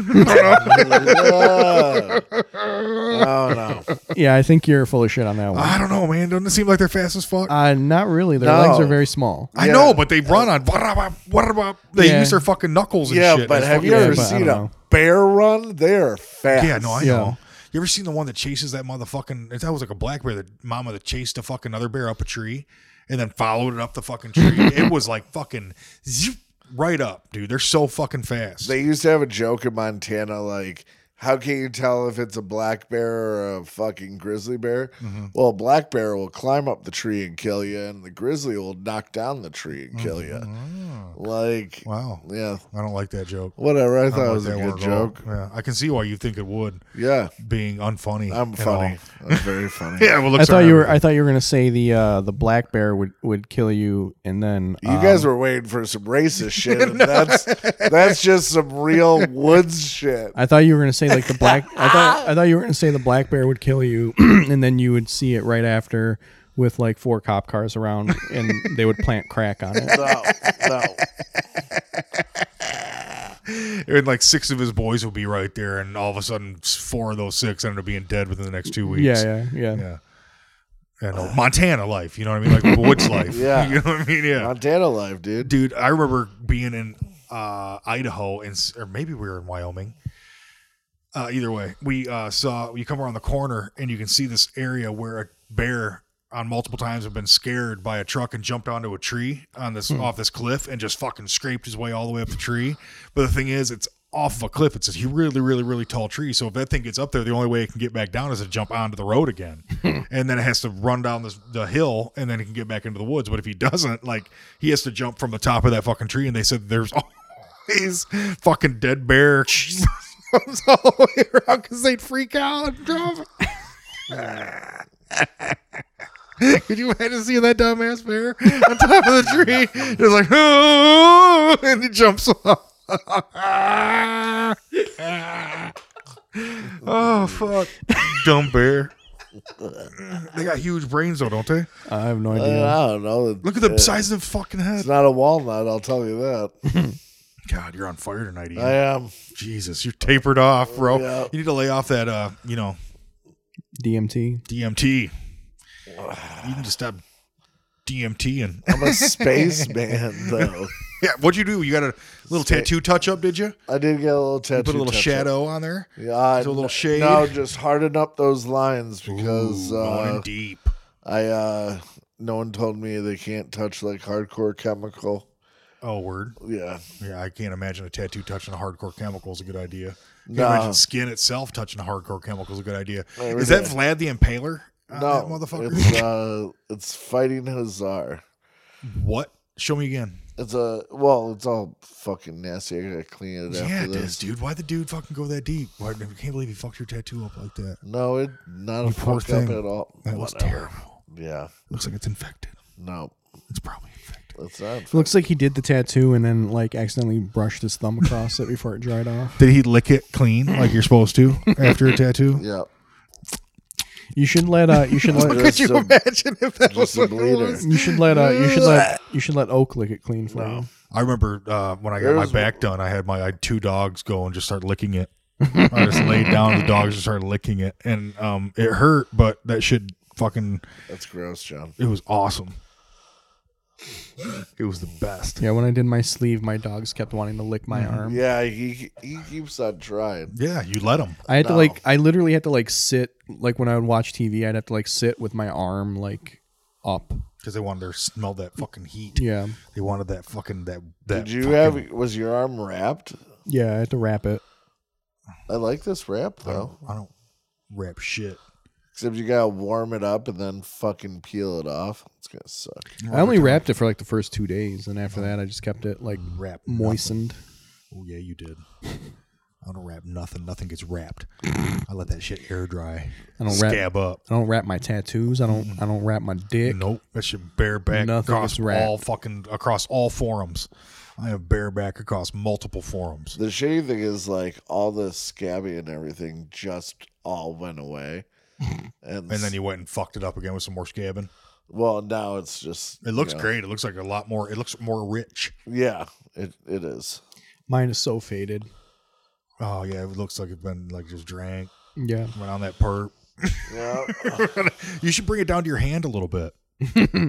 [SPEAKER 2] Ugh. oh no!
[SPEAKER 4] Yeah, I think you're full of shit on that one.
[SPEAKER 3] I don't know, man. Doesn't it seem like they're fast as fuck?
[SPEAKER 4] Uh, not really. Their
[SPEAKER 2] No.
[SPEAKER 4] legs are very small.
[SPEAKER 3] I
[SPEAKER 2] yeah.
[SPEAKER 3] know, but they run on what about what about? They
[SPEAKER 4] Yeah.
[SPEAKER 3] use their fucking knuckles and
[SPEAKER 2] Yeah,
[SPEAKER 3] shit.
[SPEAKER 2] but
[SPEAKER 3] It's
[SPEAKER 2] have you
[SPEAKER 4] fucking-
[SPEAKER 2] ever
[SPEAKER 4] Yeah, but I
[SPEAKER 2] seen a
[SPEAKER 4] don't know.
[SPEAKER 2] bear run? They're fast.
[SPEAKER 3] fucking- Yeah, no, I
[SPEAKER 4] Yeah.
[SPEAKER 3] know. You ever seen the one that chases that motherfucking? That was like a black bear. The mama that chased a fucking other bear up a tree, and then followed it up the fucking tree. it was like fucking zoop, right up, dude. They're so fucking fast.
[SPEAKER 2] They used to have a joke in Montana, like, how can you tell if it's a black bear or a fucking grizzly bear?
[SPEAKER 3] Mm-hmm.
[SPEAKER 2] Well, a black bear will climb up the tree and kill you, and the grizzly will knock down the tree and kill you. Like,
[SPEAKER 3] Mm-hmm. wow,
[SPEAKER 2] yeah,
[SPEAKER 3] I don't like that joke.
[SPEAKER 2] whatever. I
[SPEAKER 3] I
[SPEAKER 2] thought it
[SPEAKER 3] don't
[SPEAKER 2] was a
[SPEAKER 3] like that
[SPEAKER 2] good
[SPEAKER 3] word at all.
[SPEAKER 2] joke.
[SPEAKER 3] Yeah, I can see why you think it would.
[SPEAKER 2] Yeah,
[SPEAKER 3] Being unfunny.
[SPEAKER 2] I'm
[SPEAKER 3] and
[SPEAKER 2] funny.
[SPEAKER 3] all.
[SPEAKER 2] I'm very funny.
[SPEAKER 3] Yeah, well,
[SPEAKER 4] I
[SPEAKER 3] looks
[SPEAKER 4] thought
[SPEAKER 3] are
[SPEAKER 4] you were. I
[SPEAKER 3] everything.
[SPEAKER 4] thought you were gonna say the uh, the black bear would, would kill you, and then um,
[SPEAKER 2] You guys
[SPEAKER 3] Um,
[SPEAKER 2] were waiting for some racist shit. And That's that's just some real woods shit.
[SPEAKER 4] I thought you were gonna say like the black. I thought I thought you were gonna say the black bear would kill you, and then you would see it right after with like four cop cars around, and they would plant crack on it.
[SPEAKER 2] No, no.
[SPEAKER 3] and like six of his boys would be right there, and all of a sudden, s- four of those six ended up being dead within the next two weeks.
[SPEAKER 4] Yeah, yeah, yeah.
[SPEAKER 3] yeah. And uh, Montana life, you know what I mean, like woods life.
[SPEAKER 2] Yeah.
[SPEAKER 3] you know what I mean. Yeah,
[SPEAKER 2] Montana life, dude.
[SPEAKER 3] dude, I remember being in uh, Idaho, and s- or maybe we were in Wyoming. Uh, either way, we uh, saw you come around the corner, and you can see this area where a bear on multiple times have been scared by a truck and jumped onto a tree on this off this cliff and just fucking scraped his way all the way up the tree. But the thing is, it's off of a cliff. It's a hu- really, really, really tall tree. So if that thing gets up there, the only way it can get back down is to jump onto the road again, and then it has to run down this, the hill, and then it can get back into the woods. But if he doesn't, like he has to jump from the top of that fucking tree, and they said there's always fucking dead bear. comes all the way around because they'd freak out and jump.
[SPEAKER 2] Could you imagine seeing that dumbass bear on top of the tree? It's like, oh, and he jumps off. oh fuck,
[SPEAKER 3] Dumb bear. they got huge brains though, don't they?
[SPEAKER 4] I have no
[SPEAKER 2] Uh, I
[SPEAKER 4] idea.
[SPEAKER 2] don't know.
[SPEAKER 3] Look at the
[SPEAKER 2] Uh,
[SPEAKER 3] size of the fucking head.
[SPEAKER 2] It's not a walnut. I'll tell you that.
[SPEAKER 3] God, you're on fire tonight, Ian.
[SPEAKER 2] I am.
[SPEAKER 3] Jesus, you're tapered off, bro.
[SPEAKER 2] Yeah.
[SPEAKER 3] You need to lay off that, uh, you know,
[SPEAKER 4] DMT.
[SPEAKER 3] DMT. You need to stop DMT and
[SPEAKER 2] I'm a spaceman though.
[SPEAKER 3] yeah. What'd you do? You got a little
[SPEAKER 2] Stay-
[SPEAKER 3] tattoo touch up, did you?
[SPEAKER 2] I did get a little
[SPEAKER 3] You
[SPEAKER 2] tattoo.
[SPEAKER 3] put a little
[SPEAKER 2] touch-up.
[SPEAKER 3] shadow on there.
[SPEAKER 2] Yeah, I-
[SPEAKER 3] a little shade.
[SPEAKER 2] No, just harden up those lines because
[SPEAKER 3] Ooh, going
[SPEAKER 2] uh,
[SPEAKER 3] deep.
[SPEAKER 2] I uh, no one told me they can't touch like hardcore chemical.
[SPEAKER 3] Oh, word.
[SPEAKER 2] Yeah,
[SPEAKER 3] Yeah, I can't imagine a tattoo touching a hardcore chemical is a good idea. Can't
[SPEAKER 2] No.
[SPEAKER 3] imagine skin itself touching a hardcore chemical is a good idea.
[SPEAKER 2] Yeah,
[SPEAKER 3] is
[SPEAKER 2] we're
[SPEAKER 3] that
[SPEAKER 2] good.
[SPEAKER 3] Vlad the Impaler? Uh,
[SPEAKER 2] no,
[SPEAKER 3] that motherfucker.
[SPEAKER 2] It's, uh, it's fighting Hazar.
[SPEAKER 3] what? Show me again.
[SPEAKER 2] It's a well, it's all fucking nasty. I gotta clean it after
[SPEAKER 3] Yeah, it
[SPEAKER 2] this.
[SPEAKER 3] is, dude. Why'd the dude fucking go that deep? Why, I can't believe he fucked your tattoo up like that.
[SPEAKER 2] No, it not a
[SPEAKER 3] You poor
[SPEAKER 2] fuck up
[SPEAKER 3] thing.
[SPEAKER 2] at all.
[SPEAKER 3] That was
[SPEAKER 2] Whatever.
[SPEAKER 3] terrible.
[SPEAKER 2] Yeah,
[SPEAKER 3] Looks like it's infected.
[SPEAKER 2] no,
[SPEAKER 3] It's probably infected.
[SPEAKER 2] that's not.
[SPEAKER 4] It looks like he did the tattoo and then like accidentally brushed his thumb across it before it dried off.
[SPEAKER 3] Did he lick it clean like you're supposed to after a tattoo?
[SPEAKER 2] Yeah,
[SPEAKER 4] You should let uh you should let
[SPEAKER 2] Just a-
[SPEAKER 3] imagine if that
[SPEAKER 2] just a bleeder.
[SPEAKER 4] you should let uh you should let you should let Oak lick it clean for you.
[SPEAKER 3] I remember uh, when I got
[SPEAKER 2] There
[SPEAKER 3] my
[SPEAKER 2] was-
[SPEAKER 3] back done, I had my I had two dogs go and just start licking it. I just laid down, the dogs just started licking it, and um, it hurt, but that shit fucking
[SPEAKER 2] That's gross, John.
[SPEAKER 3] it was awesome. It was the best.
[SPEAKER 4] Yeah, when I did my sleeve, my dogs kept wanting to lick my arm.
[SPEAKER 2] Mm-hmm. Yeah, he he keeps on trying.
[SPEAKER 3] Yeah, you let them.
[SPEAKER 4] I had to
[SPEAKER 2] No.
[SPEAKER 4] like I literally had to like sit like when I would watch TV, I'd have to like sit with my arm like up.
[SPEAKER 3] because they wanted to smell that fucking heat.
[SPEAKER 4] Yeah.
[SPEAKER 3] They wanted that fucking that. that
[SPEAKER 2] Did you
[SPEAKER 3] fucking-
[SPEAKER 2] have? Was your arm wrapped?
[SPEAKER 4] Yeah, I had to wrap it.
[SPEAKER 2] I like this wrap
[SPEAKER 3] I
[SPEAKER 2] though.
[SPEAKER 3] don't, I don't rap shit.
[SPEAKER 2] Except you gotta warm it up and then fucking peel it off. It's gonna suck.
[SPEAKER 4] I only wrapped it for like the first two days, and
[SPEAKER 2] Mm-hmm.
[SPEAKER 4] after that, I just kept it like
[SPEAKER 3] Wrap nothing.
[SPEAKER 4] moistened.
[SPEAKER 3] Oh yeah, you did. I don't wrap nothing. Nothing gets wrapped. I let that shit air dry.
[SPEAKER 4] I don't wrap.
[SPEAKER 3] Scab up.
[SPEAKER 4] I don't wrap my tattoos. I don't.
[SPEAKER 2] Mm-hmm.
[SPEAKER 4] I don't wrap my dick.
[SPEAKER 3] Nope, that shit bareback
[SPEAKER 4] Nothing
[SPEAKER 3] across
[SPEAKER 4] gets wrapped.
[SPEAKER 3] all fucking across all forums. I have bareback across multiple forums.
[SPEAKER 2] The shitty thing is like all the scabby and everything just all went away. And,
[SPEAKER 3] And then you went and fucked it up again with some more scabbing.
[SPEAKER 2] well now it's just
[SPEAKER 3] It looks
[SPEAKER 2] you know,
[SPEAKER 3] great. It looks like a lot more. It looks more rich.
[SPEAKER 2] Yeah, it it is.
[SPEAKER 4] Mine is so faded.
[SPEAKER 3] Oh yeah, it looks like it's been like just drank.
[SPEAKER 4] Yeah.
[SPEAKER 3] Went on that perp.
[SPEAKER 2] Yeah.
[SPEAKER 3] You should bring it down to your hand a little bit.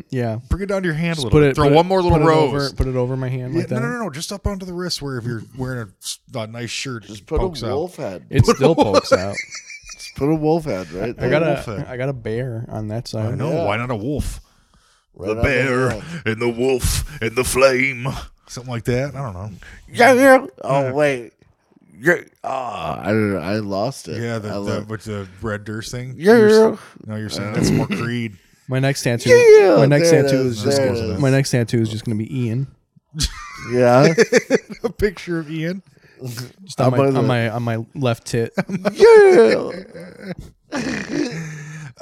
[SPEAKER 4] Yeah.
[SPEAKER 3] Bring it down to your hand a
[SPEAKER 4] Just
[SPEAKER 3] little bit. Throw
[SPEAKER 4] put
[SPEAKER 3] one more little
[SPEAKER 4] put it
[SPEAKER 3] rose.
[SPEAKER 4] over- put it over my hand
[SPEAKER 3] Yeah,
[SPEAKER 4] like
[SPEAKER 3] no,
[SPEAKER 4] that.
[SPEAKER 3] no, no, just up onto the wrist where if you're wearing a s- a, nice shirt,
[SPEAKER 2] Just
[SPEAKER 3] just
[SPEAKER 2] put a
[SPEAKER 3] pokes out.
[SPEAKER 2] wolf head.
[SPEAKER 4] It still pokes out.
[SPEAKER 2] Just put a wolf head right
[SPEAKER 4] I
[SPEAKER 2] there.
[SPEAKER 4] got
[SPEAKER 3] wolf head.
[SPEAKER 4] a. I got a bear on that
[SPEAKER 3] I
[SPEAKER 4] side.
[SPEAKER 3] know.
[SPEAKER 2] Yeah.
[SPEAKER 3] Why not a wolf?
[SPEAKER 2] right
[SPEAKER 3] the
[SPEAKER 2] on
[SPEAKER 3] bear
[SPEAKER 2] wall.
[SPEAKER 3] and the wolf and the flame, something like that. I don't know.
[SPEAKER 2] Yeah, yeah. Oh wait. Yeah. Oh, I don't know. I lost it.
[SPEAKER 3] Yeah,
[SPEAKER 2] I
[SPEAKER 3] the, the
[SPEAKER 2] lo-
[SPEAKER 3] with the red Durst thing.
[SPEAKER 2] Yeah.
[SPEAKER 3] You're s- no, you're saying that's more Creed.
[SPEAKER 4] My next tattoo.
[SPEAKER 2] Yeah,
[SPEAKER 4] my next
[SPEAKER 2] there it
[SPEAKER 4] tattoo
[SPEAKER 2] is,
[SPEAKER 4] is, just.
[SPEAKER 2] there it is.
[SPEAKER 4] My next tattoo is just gonna be Ian.
[SPEAKER 2] yeah.
[SPEAKER 3] a picture of Ian.
[SPEAKER 4] Just on
[SPEAKER 2] How
[SPEAKER 4] my,
[SPEAKER 2] about
[SPEAKER 4] on
[SPEAKER 2] the-
[SPEAKER 4] my on my left tit.
[SPEAKER 2] yeah.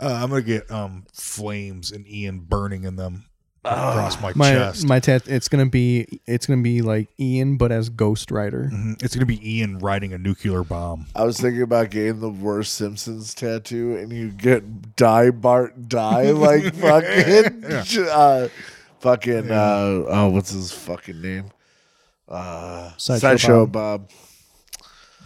[SPEAKER 3] Uh, I'm gonna get um flames and Ian burning in them across my,
[SPEAKER 4] My
[SPEAKER 3] chest.
[SPEAKER 4] my tat. It's gonna be. It's gonna be like Ian, but as Ghost Rider.
[SPEAKER 3] Mhm. It's gonna be Ian riding a nuclear bomb.
[SPEAKER 2] I was thinking about getting the worst Simpsons tattoo, and you get die Bart die like fucking uh, fucking uh, oh what's his fucking name? Uh,
[SPEAKER 4] Sideshow
[SPEAKER 2] Sideshow Bob.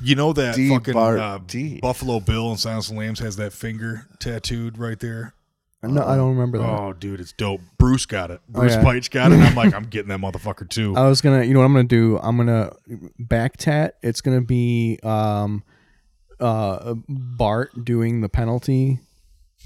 [SPEAKER 3] You know that
[SPEAKER 2] D
[SPEAKER 3] fucking
[SPEAKER 2] Bart
[SPEAKER 3] uh,
[SPEAKER 2] D.
[SPEAKER 3] Buffalo Bill and Silence of the Lambs has that finger tattooed right there.
[SPEAKER 4] No, I don't remember that.
[SPEAKER 3] Oh, dude, it's dope. Bruce got it.
[SPEAKER 2] Oh,
[SPEAKER 3] Bruce
[SPEAKER 4] yeah.
[SPEAKER 3] Pike's got it. And I'm like, I'm getting that motherfucker too.
[SPEAKER 4] I was gonna, you know what I'm gonna do? I'm gonna back tat. It's gonna be um, uh, Bart doing the penalty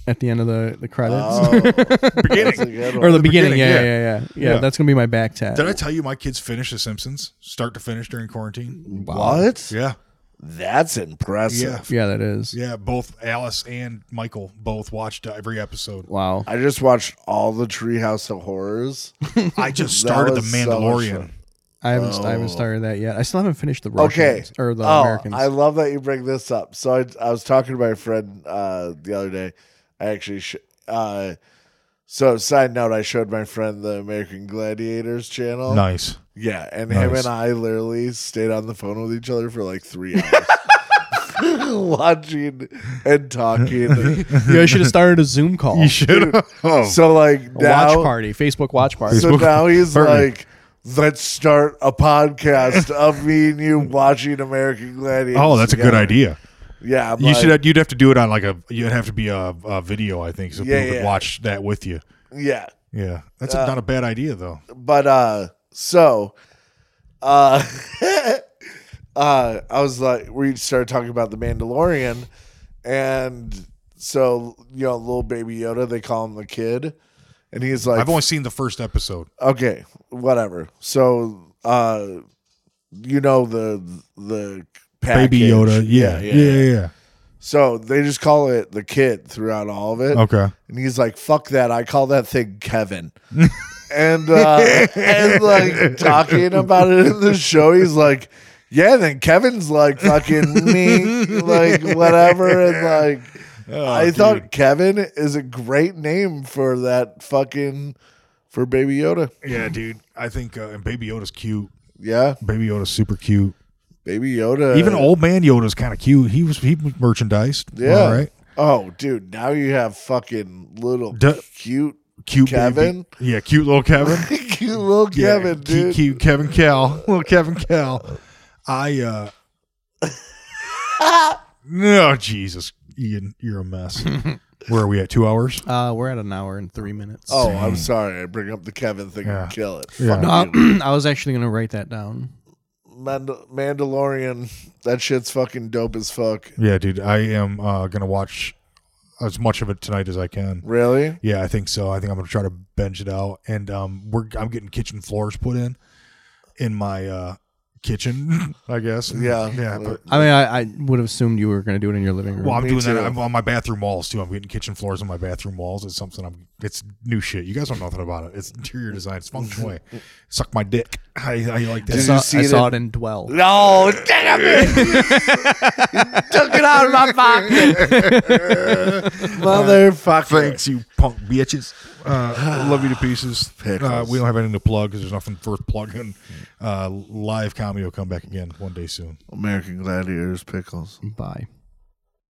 [SPEAKER 4] at the end of the the credits
[SPEAKER 2] Oh, that's a
[SPEAKER 3] Beginning.
[SPEAKER 2] good
[SPEAKER 4] or
[SPEAKER 2] one.
[SPEAKER 4] the, beginning.
[SPEAKER 3] beginning,
[SPEAKER 4] yeah,
[SPEAKER 3] yeah.
[SPEAKER 4] yeah, yeah, yeah,
[SPEAKER 3] Yeah.
[SPEAKER 4] That's gonna be my back tat.
[SPEAKER 3] Did I tell you my kids finished The Simpsons, start to finish during quarantine?
[SPEAKER 2] What?
[SPEAKER 3] Yeah,
[SPEAKER 2] That's impressive.
[SPEAKER 3] yeah,
[SPEAKER 4] yeah, that is.
[SPEAKER 3] yeah. Both Alice and Michael both watched every episode.
[SPEAKER 4] Wow.
[SPEAKER 2] I just watched all the Treehouse of Horrors.
[SPEAKER 3] I just
[SPEAKER 2] That
[SPEAKER 3] started The
[SPEAKER 2] was so much
[SPEAKER 3] Mandalorian.
[SPEAKER 2] fun.
[SPEAKER 4] I haven't, I haven't started that yet. I still haven't finished the
[SPEAKER 2] Okay.
[SPEAKER 4] Russians or the
[SPEAKER 2] oh,
[SPEAKER 4] Americans.
[SPEAKER 2] I love that you bring this up. So I, I was talking to my friend uh, the other day. I actually, sh- uh, So, side note, I showed my friend the American Gladiators channel.
[SPEAKER 3] Nice.
[SPEAKER 2] Yeah, and him
[SPEAKER 3] Nice.
[SPEAKER 2] and I literally stayed on the phone with each other for like three hours, watching and talking.
[SPEAKER 4] You should have started a Zoom call.
[SPEAKER 3] You should. Oh,
[SPEAKER 2] so like
[SPEAKER 4] A watch
[SPEAKER 2] now,
[SPEAKER 4] party, Facebook watch party.
[SPEAKER 2] so now he's
[SPEAKER 3] Pardon me.
[SPEAKER 2] like, let's start a podcast of me and you watching American Gladiators.
[SPEAKER 3] oh, that's a good
[SPEAKER 2] together."
[SPEAKER 3] idea.
[SPEAKER 2] Yeah, I'm
[SPEAKER 3] You
[SPEAKER 2] like-
[SPEAKER 3] should. You'd have to do it on like a. You'd have to be a, a video, I think, so
[SPEAKER 2] Yeah,
[SPEAKER 3] people
[SPEAKER 2] yeah. Uh,
[SPEAKER 3] could watch that with you.
[SPEAKER 2] Yeah,
[SPEAKER 3] Yeah, that's a- not a bad idea though.
[SPEAKER 2] but uh, so, uh, uh, I was like, we started talking about the Mandalorian, and so you know, little baby Yoda, they call him the kid, and he's like,
[SPEAKER 3] I've only seen the first episode.
[SPEAKER 2] okay, whatever. So, uh, you know the the package.
[SPEAKER 3] Baby Yoda. Yeah. Yeah. Yeah. yeah.
[SPEAKER 2] So they just call it the kid throughout all of it.
[SPEAKER 3] Okay.
[SPEAKER 2] And he's like, fuck that. I call that thing Kevin. and uh, and like talking about it in the show, he's like, yeah, then Kevin's like fucking me, like whatever. And like,
[SPEAKER 3] Oh,
[SPEAKER 2] I thought Kevin is a great name for that fucking, for Baby Yoda.
[SPEAKER 3] Yeah, dude. I think uh, and Baby Yoda's cute.
[SPEAKER 2] Yeah.
[SPEAKER 3] Baby Yoda's super cute.
[SPEAKER 2] Baby Yoda.
[SPEAKER 3] Even old man Yoda's kind of cute. He was he was merchandised.
[SPEAKER 2] Yeah.
[SPEAKER 3] All right.
[SPEAKER 2] Oh, dude. Now you have fucking little
[SPEAKER 3] Du-
[SPEAKER 2] cute,
[SPEAKER 3] Cute
[SPEAKER 2] Kevin?
[SPEAKER 3] Baby. Yeah, cute little Kevin.
[SPEAKER 2] cute little
[SPEAKER 3] Yeah,
[SPEAKER 2] Kevin,
[SPEAKER 3] cute,
[SPEAKER 2] dude.
[SPEAKER 3] Cute Kevin Cal. Little Kevin Cal. I uh No, Jesus. Ian, you're a mess. Where are we at? Two hours?
[SPEAKER 4] Uh, we're at an hour and three minutes.
[SPEAKER 2] Oh, I'm sorry. I bring up the Kevin thing
[SPEAKER 3] Yeah.
[SPEAKER 2] and kill it.
[SPEAKER 3] Yeah.
[SPEAKER 4] No,
[SPEAKER 2] Fuck you.
[SPEAKER 4] I was actually gonna write that down.
[SPEAKER 2] Mandal- Mandalorian. That shit's fucking dope as fuck.
[SPEAKER 3] Yeah, dude. I am uh gonna watch as much of it tonight as I can.
[SPEAKER 2] Really?
[SPEAKER 3] Yeah, I think so. I think I'm gonna try to bench it out. And um we're I'm getting kitchen floors put in in my uh kitchen, I guess.
[SPEAKER 2] Yeah.
[SPEAKER 3] Yeah. Uh, But
[SPEAKER 4] I mean, I, I would have assumed you were gonna do it in your living room.
[SPEAKER 3] Well, I'm
[SPEAKER 2] Me
[SPEAKER 3] doing
[SPEAKER 2] too.
[SPEAKER 3] that. I'm on my bathroom walls too. I'm getting kitchen floors on my bathroom walls. It's something I'm. It's new shit. You guys don't know nothing about it. It's interior design. It's feng shui. Suck my dick. I, I like
[SPEAKER 4] I
[SPEAKER 3] that.
[SPEAKER 4] saw,
[SPEAKER 2] you see
[SPEAKER 4] I
[SPEAKER 2] it
[SPEAKER 4] saw it in Dwell.
[SPEAKER 2] No, damn it! took it out of my pocket, motherfucker.
[SPEAKER 3] Thanks, you punk bitches. Uh, love you to pieces. Uh, we don't have anything to plug because there's nothing worth plugging. Uh, live comedy will come back again one day soon.
[SPEAKER 2] American Gladiators pickles.
[SPEAKER 4] Bye.